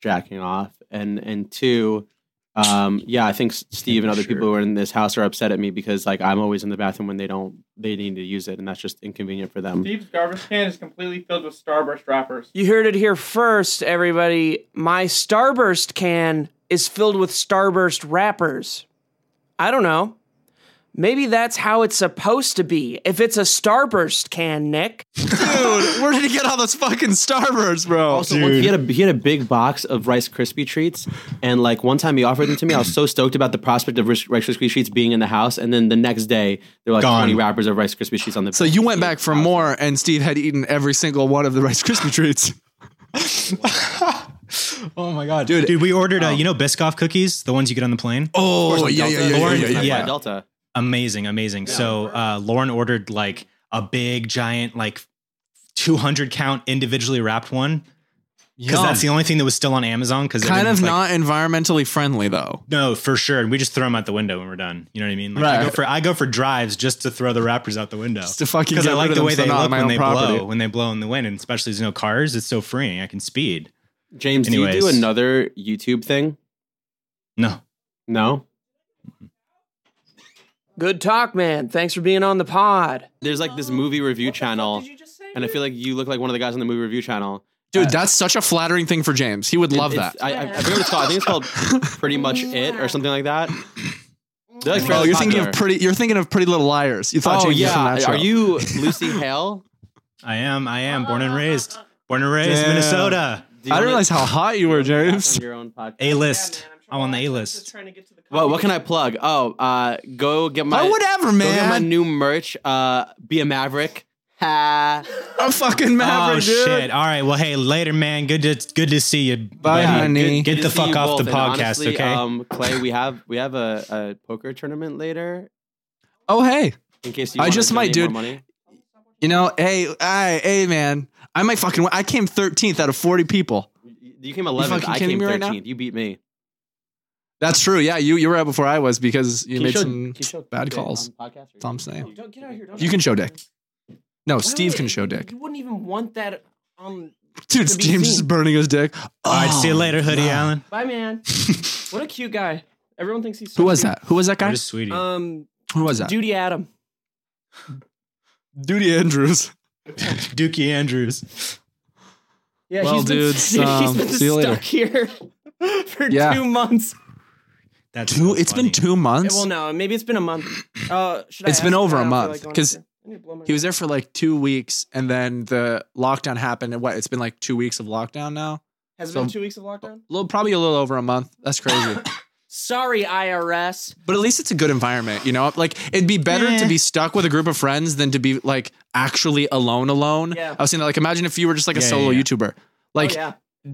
jacking off and and two um yeah i think S- steve and other people who are in this house are upset at me because like i'm always in the bathroom when they don't they need to use it and that's just inconvenient for them
Steve's garbage can is completely filled with Starburst wrappers.
You heard it here first, everybody. My Starburst can is filled with Starburst wrappers. I don't know. Maybe that's how it's supposed to be. If it's a Starburst can, Nick.
Dude, where did he get all those fucking Starbursts, bro?
also, one- he had a he had a big box of Rice Krispie treats, and like one time he offered them to me. I was so stoked about the prospect of Rice Rice Krispie treats being in the house, and then the next day there were like
Gone.
twenty wrappers of Rice Krispie treats on the.
so you went back for more, and Steve had eaten every single one of the Rice Krispie treats.
Oh my god,
Dude,
Dude, we ordered uh, you know Biscoff cookies, the ones you get on the plane.
oh yeah, yeah, yeah, yeah, yeah, yeah.
yeah.
Delta.
Amazing, amazing. So uh, Lauren ordered like a big, giant, like 200 count individually wrapped one because that's the only thing that was still on Amazon. Because
Kind of not environmentally friendly though.
No, for sure. And we just throw them out the window when we're done. You know what I mean? Like I
Right.
go for I go for drives just to throw the wrappers out the window.
Just to fucking
Because
get
I
rid
like
of
the
them
way
so
they
not
look
on my
when
own
they
property.
blow when they blow in the wind, and especially there's no cars, it's so freeing. I can speed.
James, do you do
Anyways.
another YouTube thing?
No.
No.
Good talk, man. Thanks for being on the pod.
There's like this movie review channel,
just say?
and I feel like you look like one of the guys on the movie review channel.
Dude, that's such a flattering thing for James. He would love
It's-
that.
I, I, I forget what it's called. I think it's called Pretty Much It or something like that. They're like
oh,
fairly
you're thinking
popular.
of pretty. You're thinking of Pretty Little Liars. You thought
Oh
James was from that
yeah,
show.
are you Lucy Hale?
I am, I am born and raised. Born and raised,
Damn.
Minnesota.
Do you
I
wanna-
didn't realize how hot you were, James.
On your own podcast.
A list. I'm on the A list.
trying to get to the.
Well, what can I plug? Oh, uh, go get my
oh, whatever,
go get my
man.
new merch. Uh, be a maverick. Ha.
I'm fucking maverick,
oh
dude.
shit. All right. Well, hey, later, man. Good to good to see you.
Bye,
buddy.
Oh, honey.
Get
Good
the
to see
fuck
you
off
both.
the
And
podcast,
honestly,
okay?
Um, Clay, we have we have a, a poker tournament later.
Oh hey,
In case you
I
wanna
just might,
donate
dude.
more money.
you know, hey, I, hey, man. I might fucking. win. I came 13th out of 40 people.
You came 11th.
fucking
I
kidding
came
me right
13th.
now?
you beat me.
That's true. Yeah, you you were out before I was because you
Can
made
show-
some
can you show
bad
Dick on
calls.
podcast or-
Tom's name.
Don't get out here. Don't
You can show dick. No, Steve can show dick.
You wouldn't even want that um, on.
Dude,
to be
James
seen.
is burning his dick.
All right. See you
Oh,
later, Hoodie
God.
Allen.
Bye, man. what a cute guy. Everyone thinks he's. So
Who was
cute.
that? Who was that
What
guy?
a sweetie.
Um,
Who was that?
Duty Adam.
Duty Andrews.
Dookie Andrews.
Yeah,
Well,
he's been,
dudes,
he's
um,
been
see you later.
stuck here for
Yeah.
two months.
That's
Two.
so
It's been
funny.
two months.
Well, no, maybe it's been a month. Uh, should
It's
I
been
ask?
over
I
a
don't feel
month,
like going
'cause
to. I need to blow my
He was there for like two weeks, and then the lockdown happened. And what? It's been like two weeks of lockdown now.
Has it
so-
been two weeks of lockdown?
A little, probably a little over a month. That's crazy.
Sorry, IRS.
but at least it's a good environment, you know. Like it'd be better to be stuck with a group of friends than to be like actually alone, alone.
Yeah.
I was saying, like, imagine if you were just like a
Yeah, yeah,
solo
yeah.
YouTuber. Like,
oh, yeah.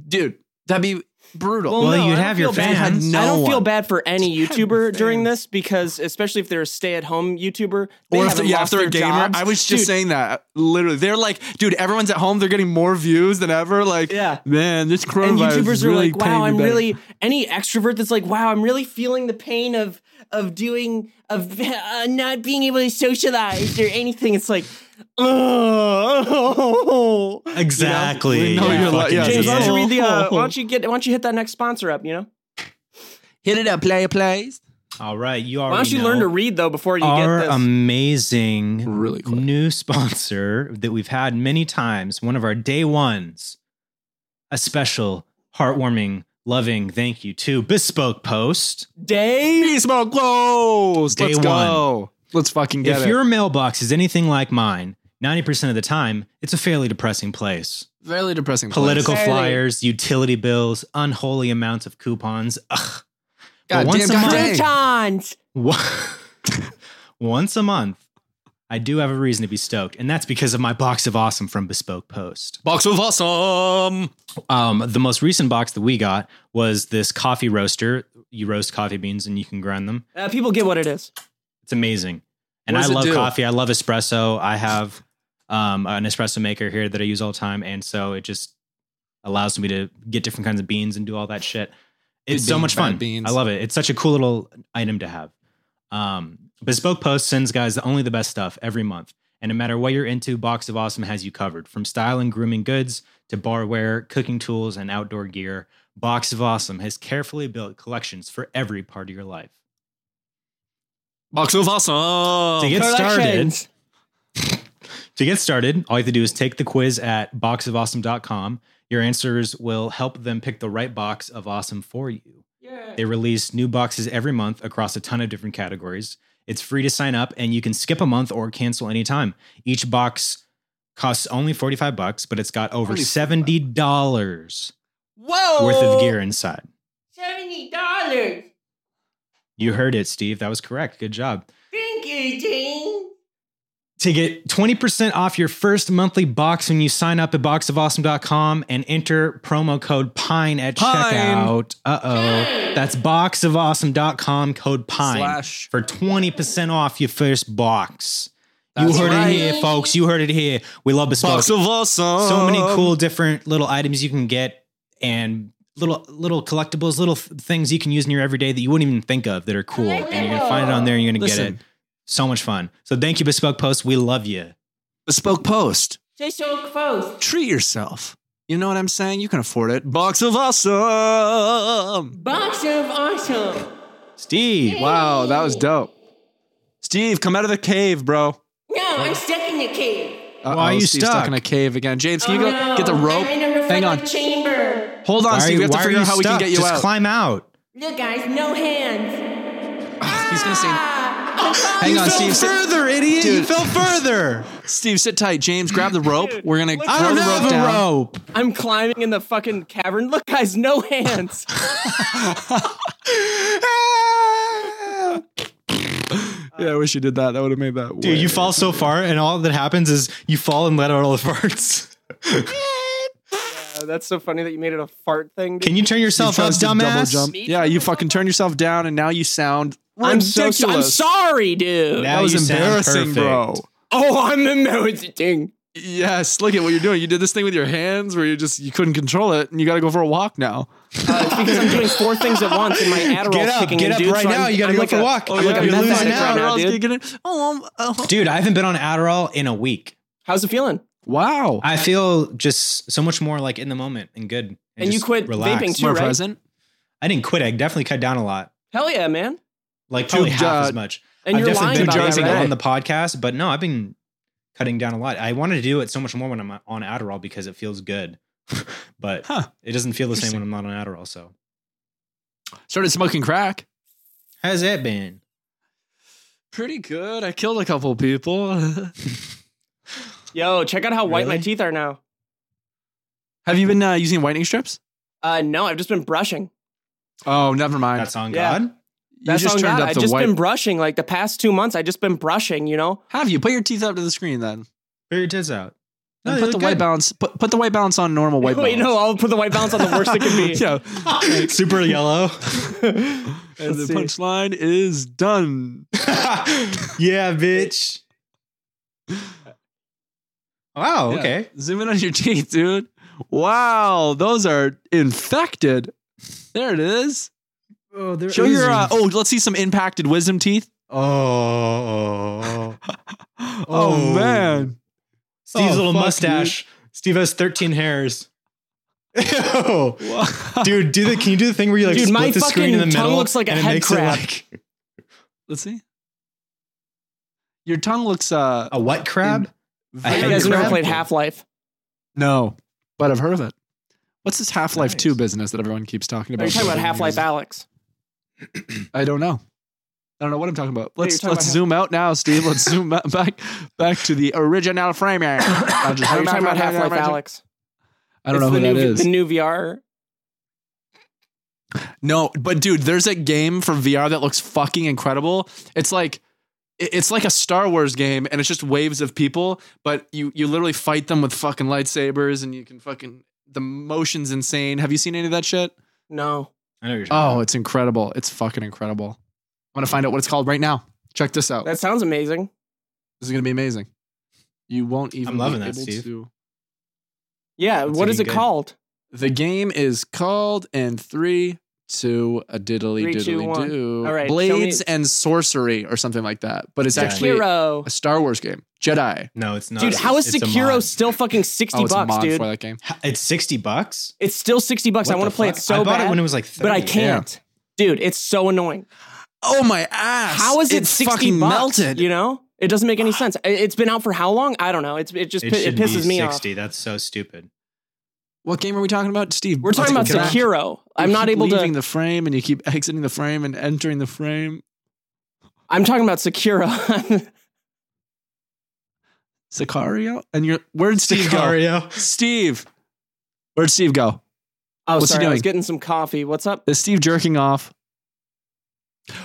dude, that'd be brutal.
Well,
no, I
you'd
don't
have
feel
your
bad.
fans.
No
I don't feel
one.
bad for any YouTuber during this because, especially if they're a stay-at-home YouTuber, they
or if
haven't
they're, yeah, if
lost
they're a
their
gamer,
jobs.
I was just
Dude,
saying that. Literally, they're like, dude, everyone's at home. They're getting more views than ever. Like,
Yeah.
man, this
And
coronavirus
YouTubers
is
are
really
like,
paying
wow,
me
I'm
back."
really any extrovert that's like, wow, I'm really feeling the pain of of doing of uh, not being able to socialize or anything. It's like, oh,
Exactly.
We know
you
you're like-
fucking
yeah,
James, why don't you
idiot.
read the? Uh, why don't you get? Why don't you hit that next sponsor up? You know,
hit it up, player plays.
All right. You already
why don't you
know.
learn to read though before you
our
get this?
amazing
Really quick.
new sponsor that we've had many times, one of our day ones, a special heartwarming loving thank you to Bespoke Post.
Day.
Peace smoke clothes.
Day
Let's go. Let's fucking get
if
it.
your mailbox is anything like mine, 90% of the time, it's a fairly depressing place.
Fairly depressing. place.
Political
Fairly.
flyers, utility bills, unholy amounts of coupons. Ugh.
God
But once
damn,
a
God
month-
dang.
Tons.
Wa- Once a month, I do have a reason to be stoked, and that's because of my box of awesome from Bespoke Post.
Box of awesome.
Um, the most recent box that we got was this coffee roaster. You roast coffee beans and you can grind them.
Uh, people get what it is.
It's amazing. And
What
I
does it
love
do?
coffee. I love espresso. I have um, an espresso maker here that I use all the time. And so it just allows me to get different kinds of beans and do all that shit. It's
Good
so
beans,
much
bad
fun.
beans.
I love it. It's such a cool little item to have. Um, Bespoke Post sends guys only the best stuff every month. And no matter what you're into, Box of Awesome has you covered. From style and grooming goods to barware, cooking tools, and outdoor gear, Box of Awesome has carefully built collections for every part of your life.
Box of awesome.
to get started,
Collections.
To get started, all you have to do is take the quiz at boxofawesome.com. Your answers will help them pick the right box of awesome for you. They release new boxes every month across a ton of different categories. It's free to sign up and you can skip a month or cancel anytime. Each box costs only 45 bucks, but it's got over
Only
$70
Whoa.
worth
Oh.
of gear inside.
Seventy dollars.
You heard it, Steve. That was correct. Good job.
Thank you, Jane.
to get 20% off your first monthly box when you sign up at boxofawesome.com and enter promo code PINE at
Pine.
checkout. Uh oh. That's boxofawesome.com code PINE
Slash.
for 20% off your first box.
That's
you heard
right.
it here, folks. You heard it here. We love bespoke.
Box of awesome.
so many cool different little items you can get and little little collectibles, little th- things you can use in your everyday that you wouldn't even think of that are cool. And you're gonna find it on there and you're gonna get
Listen.
it. So much fun. So thank you, Bespoke Post. We love you.
Bespoke post.
Say so close.
Treat yourself. You know what I'm saying? You can afford it. Box of awesome.
Box of awesome.
Steve.
Wow, that was dope. Steve, come out of the cave, bro.
No, I'm stuck in the cave.
Uh-oh,
Why are you
Steve's
stuck?
in a cave again? James, can you
Oh,
go
no.
get the rope?
I'm in a
Hang on.
reflective chamber.
Hold on,
Why are
Steve.
you-
We have to
why are
figure
you
out how we can
stuck?
get you
Just
out.
climb out.
Look, guys, no hands.
He's gonna say.
Ah,
Hang on, Steve. Sit,
further, idiot.
Dude.
fell further.
Steve, sit tight. James, grab the rope. We're gonna throw
I don't
the rope
have a
down.
rope.
I'm climbing in the fucking cavern. Look, guys, no hands.
Yeah, I wish you did that. That would have made that.
Dude, you fall so far, and all that happens is you fall and let out all the farts. Oh,
Uh, that's so funny that you made it a fart thing. Dude.
Can you turn yourself up, dumbass?
Yeah, you fucking turn yourself down, and now you sound.
I'm so
ridiculous.
I'm sorry, dude.
Now
That was
you sound
embarrassing, bro.
perfect.
Oh, I'm embarrassing.
Yes, look at what you're doing. You did this thing with your hands where you just you couldn't control it, and you got to go for a walk now.
Uh, it's because I'm doing four things at once, and my Adderall's
Get up,
kicking
get
in,
up
dude,
right
so
now.
I'm-
You gotta
I'm
go
like
for a walk. I'm like
Oh, yeah,
a
you're
meth
losing
addict right
out.
now,
Adderall, dude.
Oh, I'm, oh.
Dude, I haven't been on Adderall in a week.
How's it feeling?
wow.
I feel just so much more like in the moment and good. And,
And you
just
quit
relaxed.
vaping too,
More
right?
present.
I didn't quit. I definitely cut down a lot.
Hell yeah, man.
Like
Two
probably half
jars-
as much.
And
I've
you're
definitely
lying
been
about
jars
that,
using
a
right?
day.
on the podcast, but no, I've been cutting down a lot. I wanted to do it so much more when I'm on Adderall because it feels good, but
Huh.
it doesn't feel the same when I'm not on Adderall. So
Started smoking crack.
how's that been?
Pretty good. I killed a couple people.
Yo, check out how white my
Really?
teeth are now.
Have you been uh, using whitening strips?
Uh, no, I've just been brushing.
Oh, never mind.
That's on
Yeah.
God.
you
That's
just
on
turned
God.
up
I've
the
just
white.
been brushing. Like the past two months, I've just been brushing, you know?
Have you put your teeth up to the screen then?
Put your tits out.
And
they
put
look
the white
good.
balance. Put, put the white balance on normal white
Wait,
balance.
no, I'll put the white balance on the worst it could be.
yeah.
Super yellow.
And the
see.
punchline is done.
yeah, bitch. Wow.
Yeah.
Okay.
Zoom in on your teeth, dude. Wow, those are infected. There it is.
Oh, there
Show your. Uh, oh, let's see some impacted wisdom teeth.
oh.
Oh,
Oh.
man,
Steve's
Oh,
little
fuck,
mustache. Steve has 13 hairs. Ew. Dude, do the can you do the thing where you like
Dude,
split
my
the screen
fucking
in the
tongue
middle?
looks like a
and it
head
makes
crab.
It like
let's see. Your tongue looks uh.
a what crab?
very
I
You
think
guys have never
crab.
played Half Life.
No, but I've heard of it. What's this Half Life
Nice.
2 business that everyone keeps talking
Are
about?
you talking about
Building
Half Life
these-
Alex?
I don't know. I don't know what I'm talking about.
you're
Let's
talking
let's
about Half-
zoom out now, Steve. Let's zoom ba- back back to the original framing. I'll just-
Are you talking about Half Life Alex?
I don't know
It's
who
the
that
new,
is.
The new VR.
No, but dude, there's a game for VR that looks fucking incredible. It's like it- it's like a Star Wars game and it's just waves of people, but you you literally fight them with fucking lightsabers and you can fucking the motion's insane. Have you seen any of that shit?
No.
I know what you're talking
Oh, it's incredible. It's fucking incredible. I'm going to find out what it's called right now. Check this out.
That sounds amazing.
this is going to be amazing. You won't even
I'm loving
be
that,
able
Steve.
to
Yeah.
That's
what is it
looking good.
called?
The game is called and three two a diddly
Three,
diddly
two, one.
do.
All right, show me-
Blades and sorcery or something like that. But it's
Yeah.
actually
Hero.
a Star Wars game. Jedi.
No, it's not.
Dude, how is
It's a
Sekiro
mod.
still fucking 60
Oh, it's a
bucks,
mod
dude?
for that game.
H- It's sixty bucks.
It's still 60 bucks. I
What
want
the
to play it
fuck?
so
I bought
bad,
it when it was like, 30.
but I can't. Dude, it's so annoying.
Oh my ass!
How is it
It's
60
fucking
bucks?
melted?
You know? It doesn't make any sense. I- It's been out for how long? I don't know. It's it just
It,
pi- it
should
pisses
be
me off.
sixty. That's so stupid.
what game are we talking about, Steve?
We're talking about
Let's go back. You
Sekiro. I'm not
keep
able to.
leaving the frame, and you keep exiting the frame and entering the frame.
I'm talking about Sekiro.
Sicario, and you're where'd Steve go? Steve, where'd Steve go?
oh,
What's he
sorry. I was
doing?
getting some coffee. What's up?
Is Steve jerking off?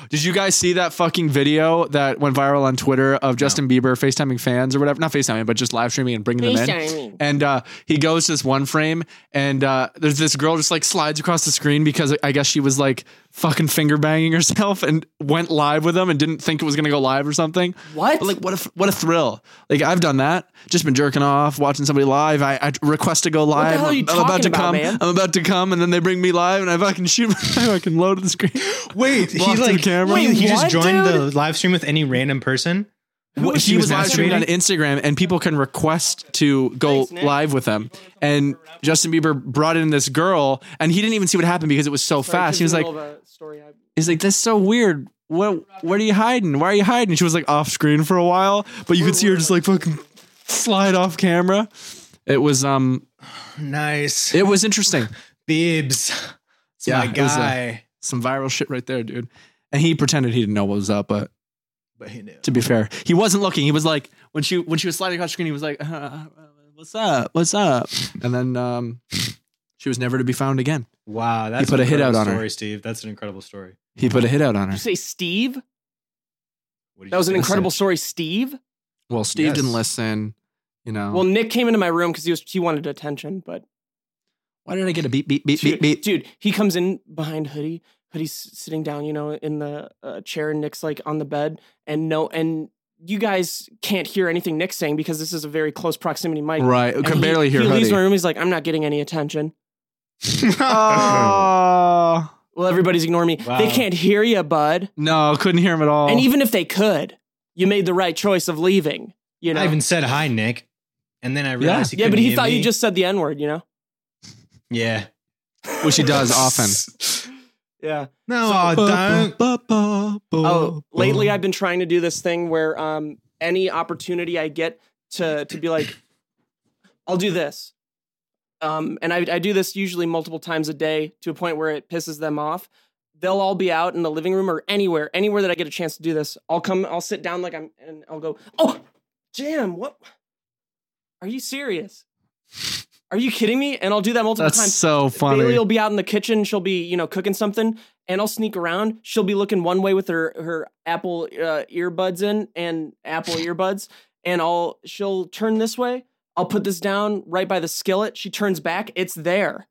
Did you guys see that fucking video that went viral on Twitter of Justin Bieber FaceTiming fans or whatever? Not FaceTiming, but just live streaming and bringing them in.
FaceTiming.
And uh, he goes to this one frame, and uh, there's this girl just like slides across the screen because I guess she was like fucking finger banging herself and went live with him and didn't think it was gonna go live or something.
What?
But, like what a what a thrill! Like I've done that, just been jerking off, watching somebody live. I, I request to go live.
hell are you
I'm, I'm about
talking
to
about,
come.
man?
I'm about to come, and then they bring me live, and I fucking shoot. I fucking load the screen.
Wait, he
Walk to the
like
camera.
Wait, he just
what,
joined
dude?
the live stream with any random person.
Well,
was
he
he
was
was
live streaming on
masturbating?
Instagram, and people can request to go live with him. And Justin Bieber brought in this girl, and he didn't even see what happened because it was so fast. He was like, "He's like, that's so weird. What? What are you hiding? Why are you hiding?" She was like off screen for a while, but you could see her just like fucking slide off camera. It was um,
Nice,
it was interesting.
Bibbs. It's
Yeah,
my
it was a-
guy.
Some viral shit right there, dude. And he pretended he didn't know what was up, but
But he knew.
to be fair, he wasn't looking. He was like when she when she was sliding across the screen, he was like, uh, uh, "What's up? What's up?" And then um, she was never to be found again.
Wow, that's
put
an
a hit out
incredible
on her.
story, Steve. That's an incredible story.
He put a hit out on her.
you say Steve?
What did
That
you
was an
say?
incredible story, Steve.
Well, Steve
Yes.
didn't listen. You
Oh.
know.
Well, Nick came into my room because he was he wanted attention, but
why did I get a beep beep beep
dude,
beep beep?
dude, he comes in behind hoodie. Hoodie's sitting down, you know, in the uh, chair. and Nick's like on the bed, and no, and you guys can't hear anything Nick's saying because this is a very close proximity mic.
Right,
And
can
he-
barely hear.
He leaves my
Hoodie.
room. He's like, I'm not getting any attention.
Oh
Well, everybody's ignoring me.
Wow.
They can't hear you, bud.
no, couldn't hear him at all.
And even if they could, you made the right choice of leaving. You know.
I even said hi, Nick, and then I realized he
yeah, but
couldn't
he
hear
thought
me.
you just said the N word. You know.
yeah.
which he does often. uh,
Yeah.
No, I don't.
Oh, lately I've been trying to do this thing where um, any opportunity I get to to be like, I'll do this. Um, and I, I do this usually multiple times a day to a point where it pisses them off. They'll all be out in the living room or anywhere, anywhere that I get a chance to do this. I'll come, I'll sit down like I'm, and I'll go, oh, Jam, what? Are you serious? Are you kidding me? And I'll do that multiple
That's
times.
so
Bailey
funny.
will be out in the kitchen. She'll be, you know, cooking something, and I'll sneak around. She'll be looking one way with her her Apple uh, earbuds in and Apple earbuds, and I'll she'll turn this way. I'll put this down right by the skillet. She turns back. It's there,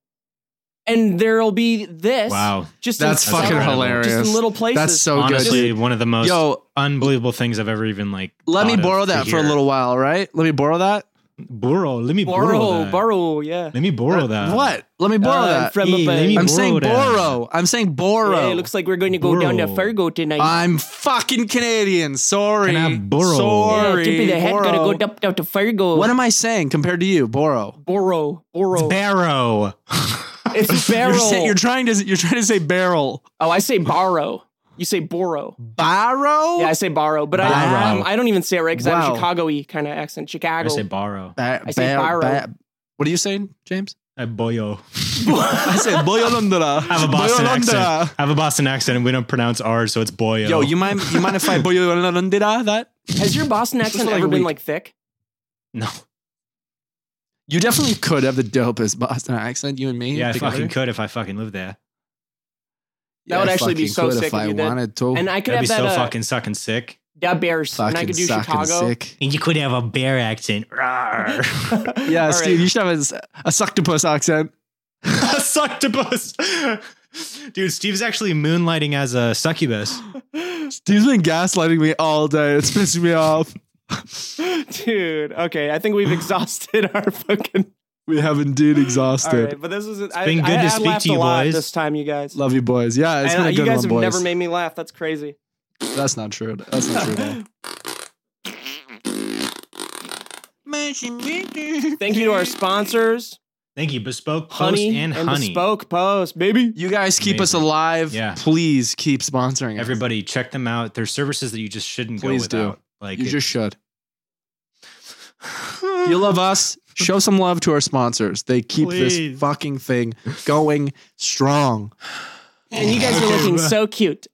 and there'll be this.
Wow.
just in
That's
some-
fucking
incredible.
hilarious.
Just in little places.
That's so
Honestly, one of the
good.
most
Yo,
unbelievable things I've ever even like.
let me
thought of
borrow
to
that for a
hear.
little while, right? Let me borrow that.
Borrow. Let me borrow.
borrow,
that.
borrow, yeah.
Let me borrow that.
What? Let me borrow
Uh,
that.
From
Hey,
a
let me
bank.
I'm saying
Borrow that.
borrow. I'm saying borrow.
Yeah, it looks like we're going to go down to
Borrow.
Fargo tonight.
I'm fucking Canadian. Sorry.
Can I borrow?
Sorry.
yeah, tippy the head, gotta
borrow.
go up, up to Fargo.
What am I saying compared to you? Borrow.
borrow, borrow.
Barrow.
It's barrel.
You're, sa- you're trying to you're trying to say barrel.
oh, I say borrow. You say borrow.
Borrow?
Yeah, I say borrow, but I
Borrow.
um, I don't even say it right because I have
Wow.
a Chicago y kind of accent. Chicago.
I say borrow.
Ba-
I say
ba-
borrow.
ba- what are you saying, James?
I boyo.
I said Boyolondra.
I have a Boston accent. I have a Boston accent, and we don't pronounce R, so it's boyo.
Yo, you mind you mind if I Boyolondra that?
Has your Boston accent
like
ever
a
been
week.
like thick?
no.
You definitely could have the dopest Boston accent, you and me.
Yeah, I
together.
fucking could if I fucking lived there.
Yeah,
That would
I
actually be
fucking
so
could
sick
if
if
I
you did.
wanted to.
And I could
That'd be
have
so
that, uh,
fucking sucking sick.
that Bears, and I could do
suck
Chicago.
sick.
And you could have a bear accent. Rawr.
Yeah,
All
Steve,
right.
you should have a, s- a suctopus accent.
a succubus. Dude, Steve's actually moonlighting as a succubus.
Steve's been gaslighting me all day. It's pissing me off.
Dude, okay, I think we've exhausted our fucking.
We have indeed
All
exhausted.
right, but this was. I,
been good
I,
to
I
speak
laughed
to you
a lot
boys.
this time, you guys.
Love you, boys. Yeah, it's
And, uh,
been a
you
good
guys
one,
have
boys.
never made me laugh. That's crazy.
That's not true. That's not true. at all.
Thank you to our sponsors,
Thank you, Bespoke Post
Honey
and Honey.
Bespoke Post, baby.
You guys keep us
Amazing.
alive.
Yeah.
Please keep sponsoring us.
Everybody, check them out. They're services that you just shouldn't
Please
go
do.
without. Like
You
it-
just should. you love us. Show some love to our sponsors. They keep
Please.
this fucking thing going strong.
And you guys are looking so cute.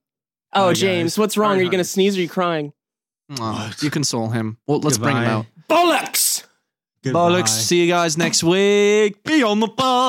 Oh,
Hi,
James,
guys.
what's wrong?
Hi,
Are you
hi.
going to sneeze or are you crying?
Aw, you console him. Well, let's bring him
Goodbye.
out.
Bollocks!
Bollocks. See you guys next week. Be on the bus.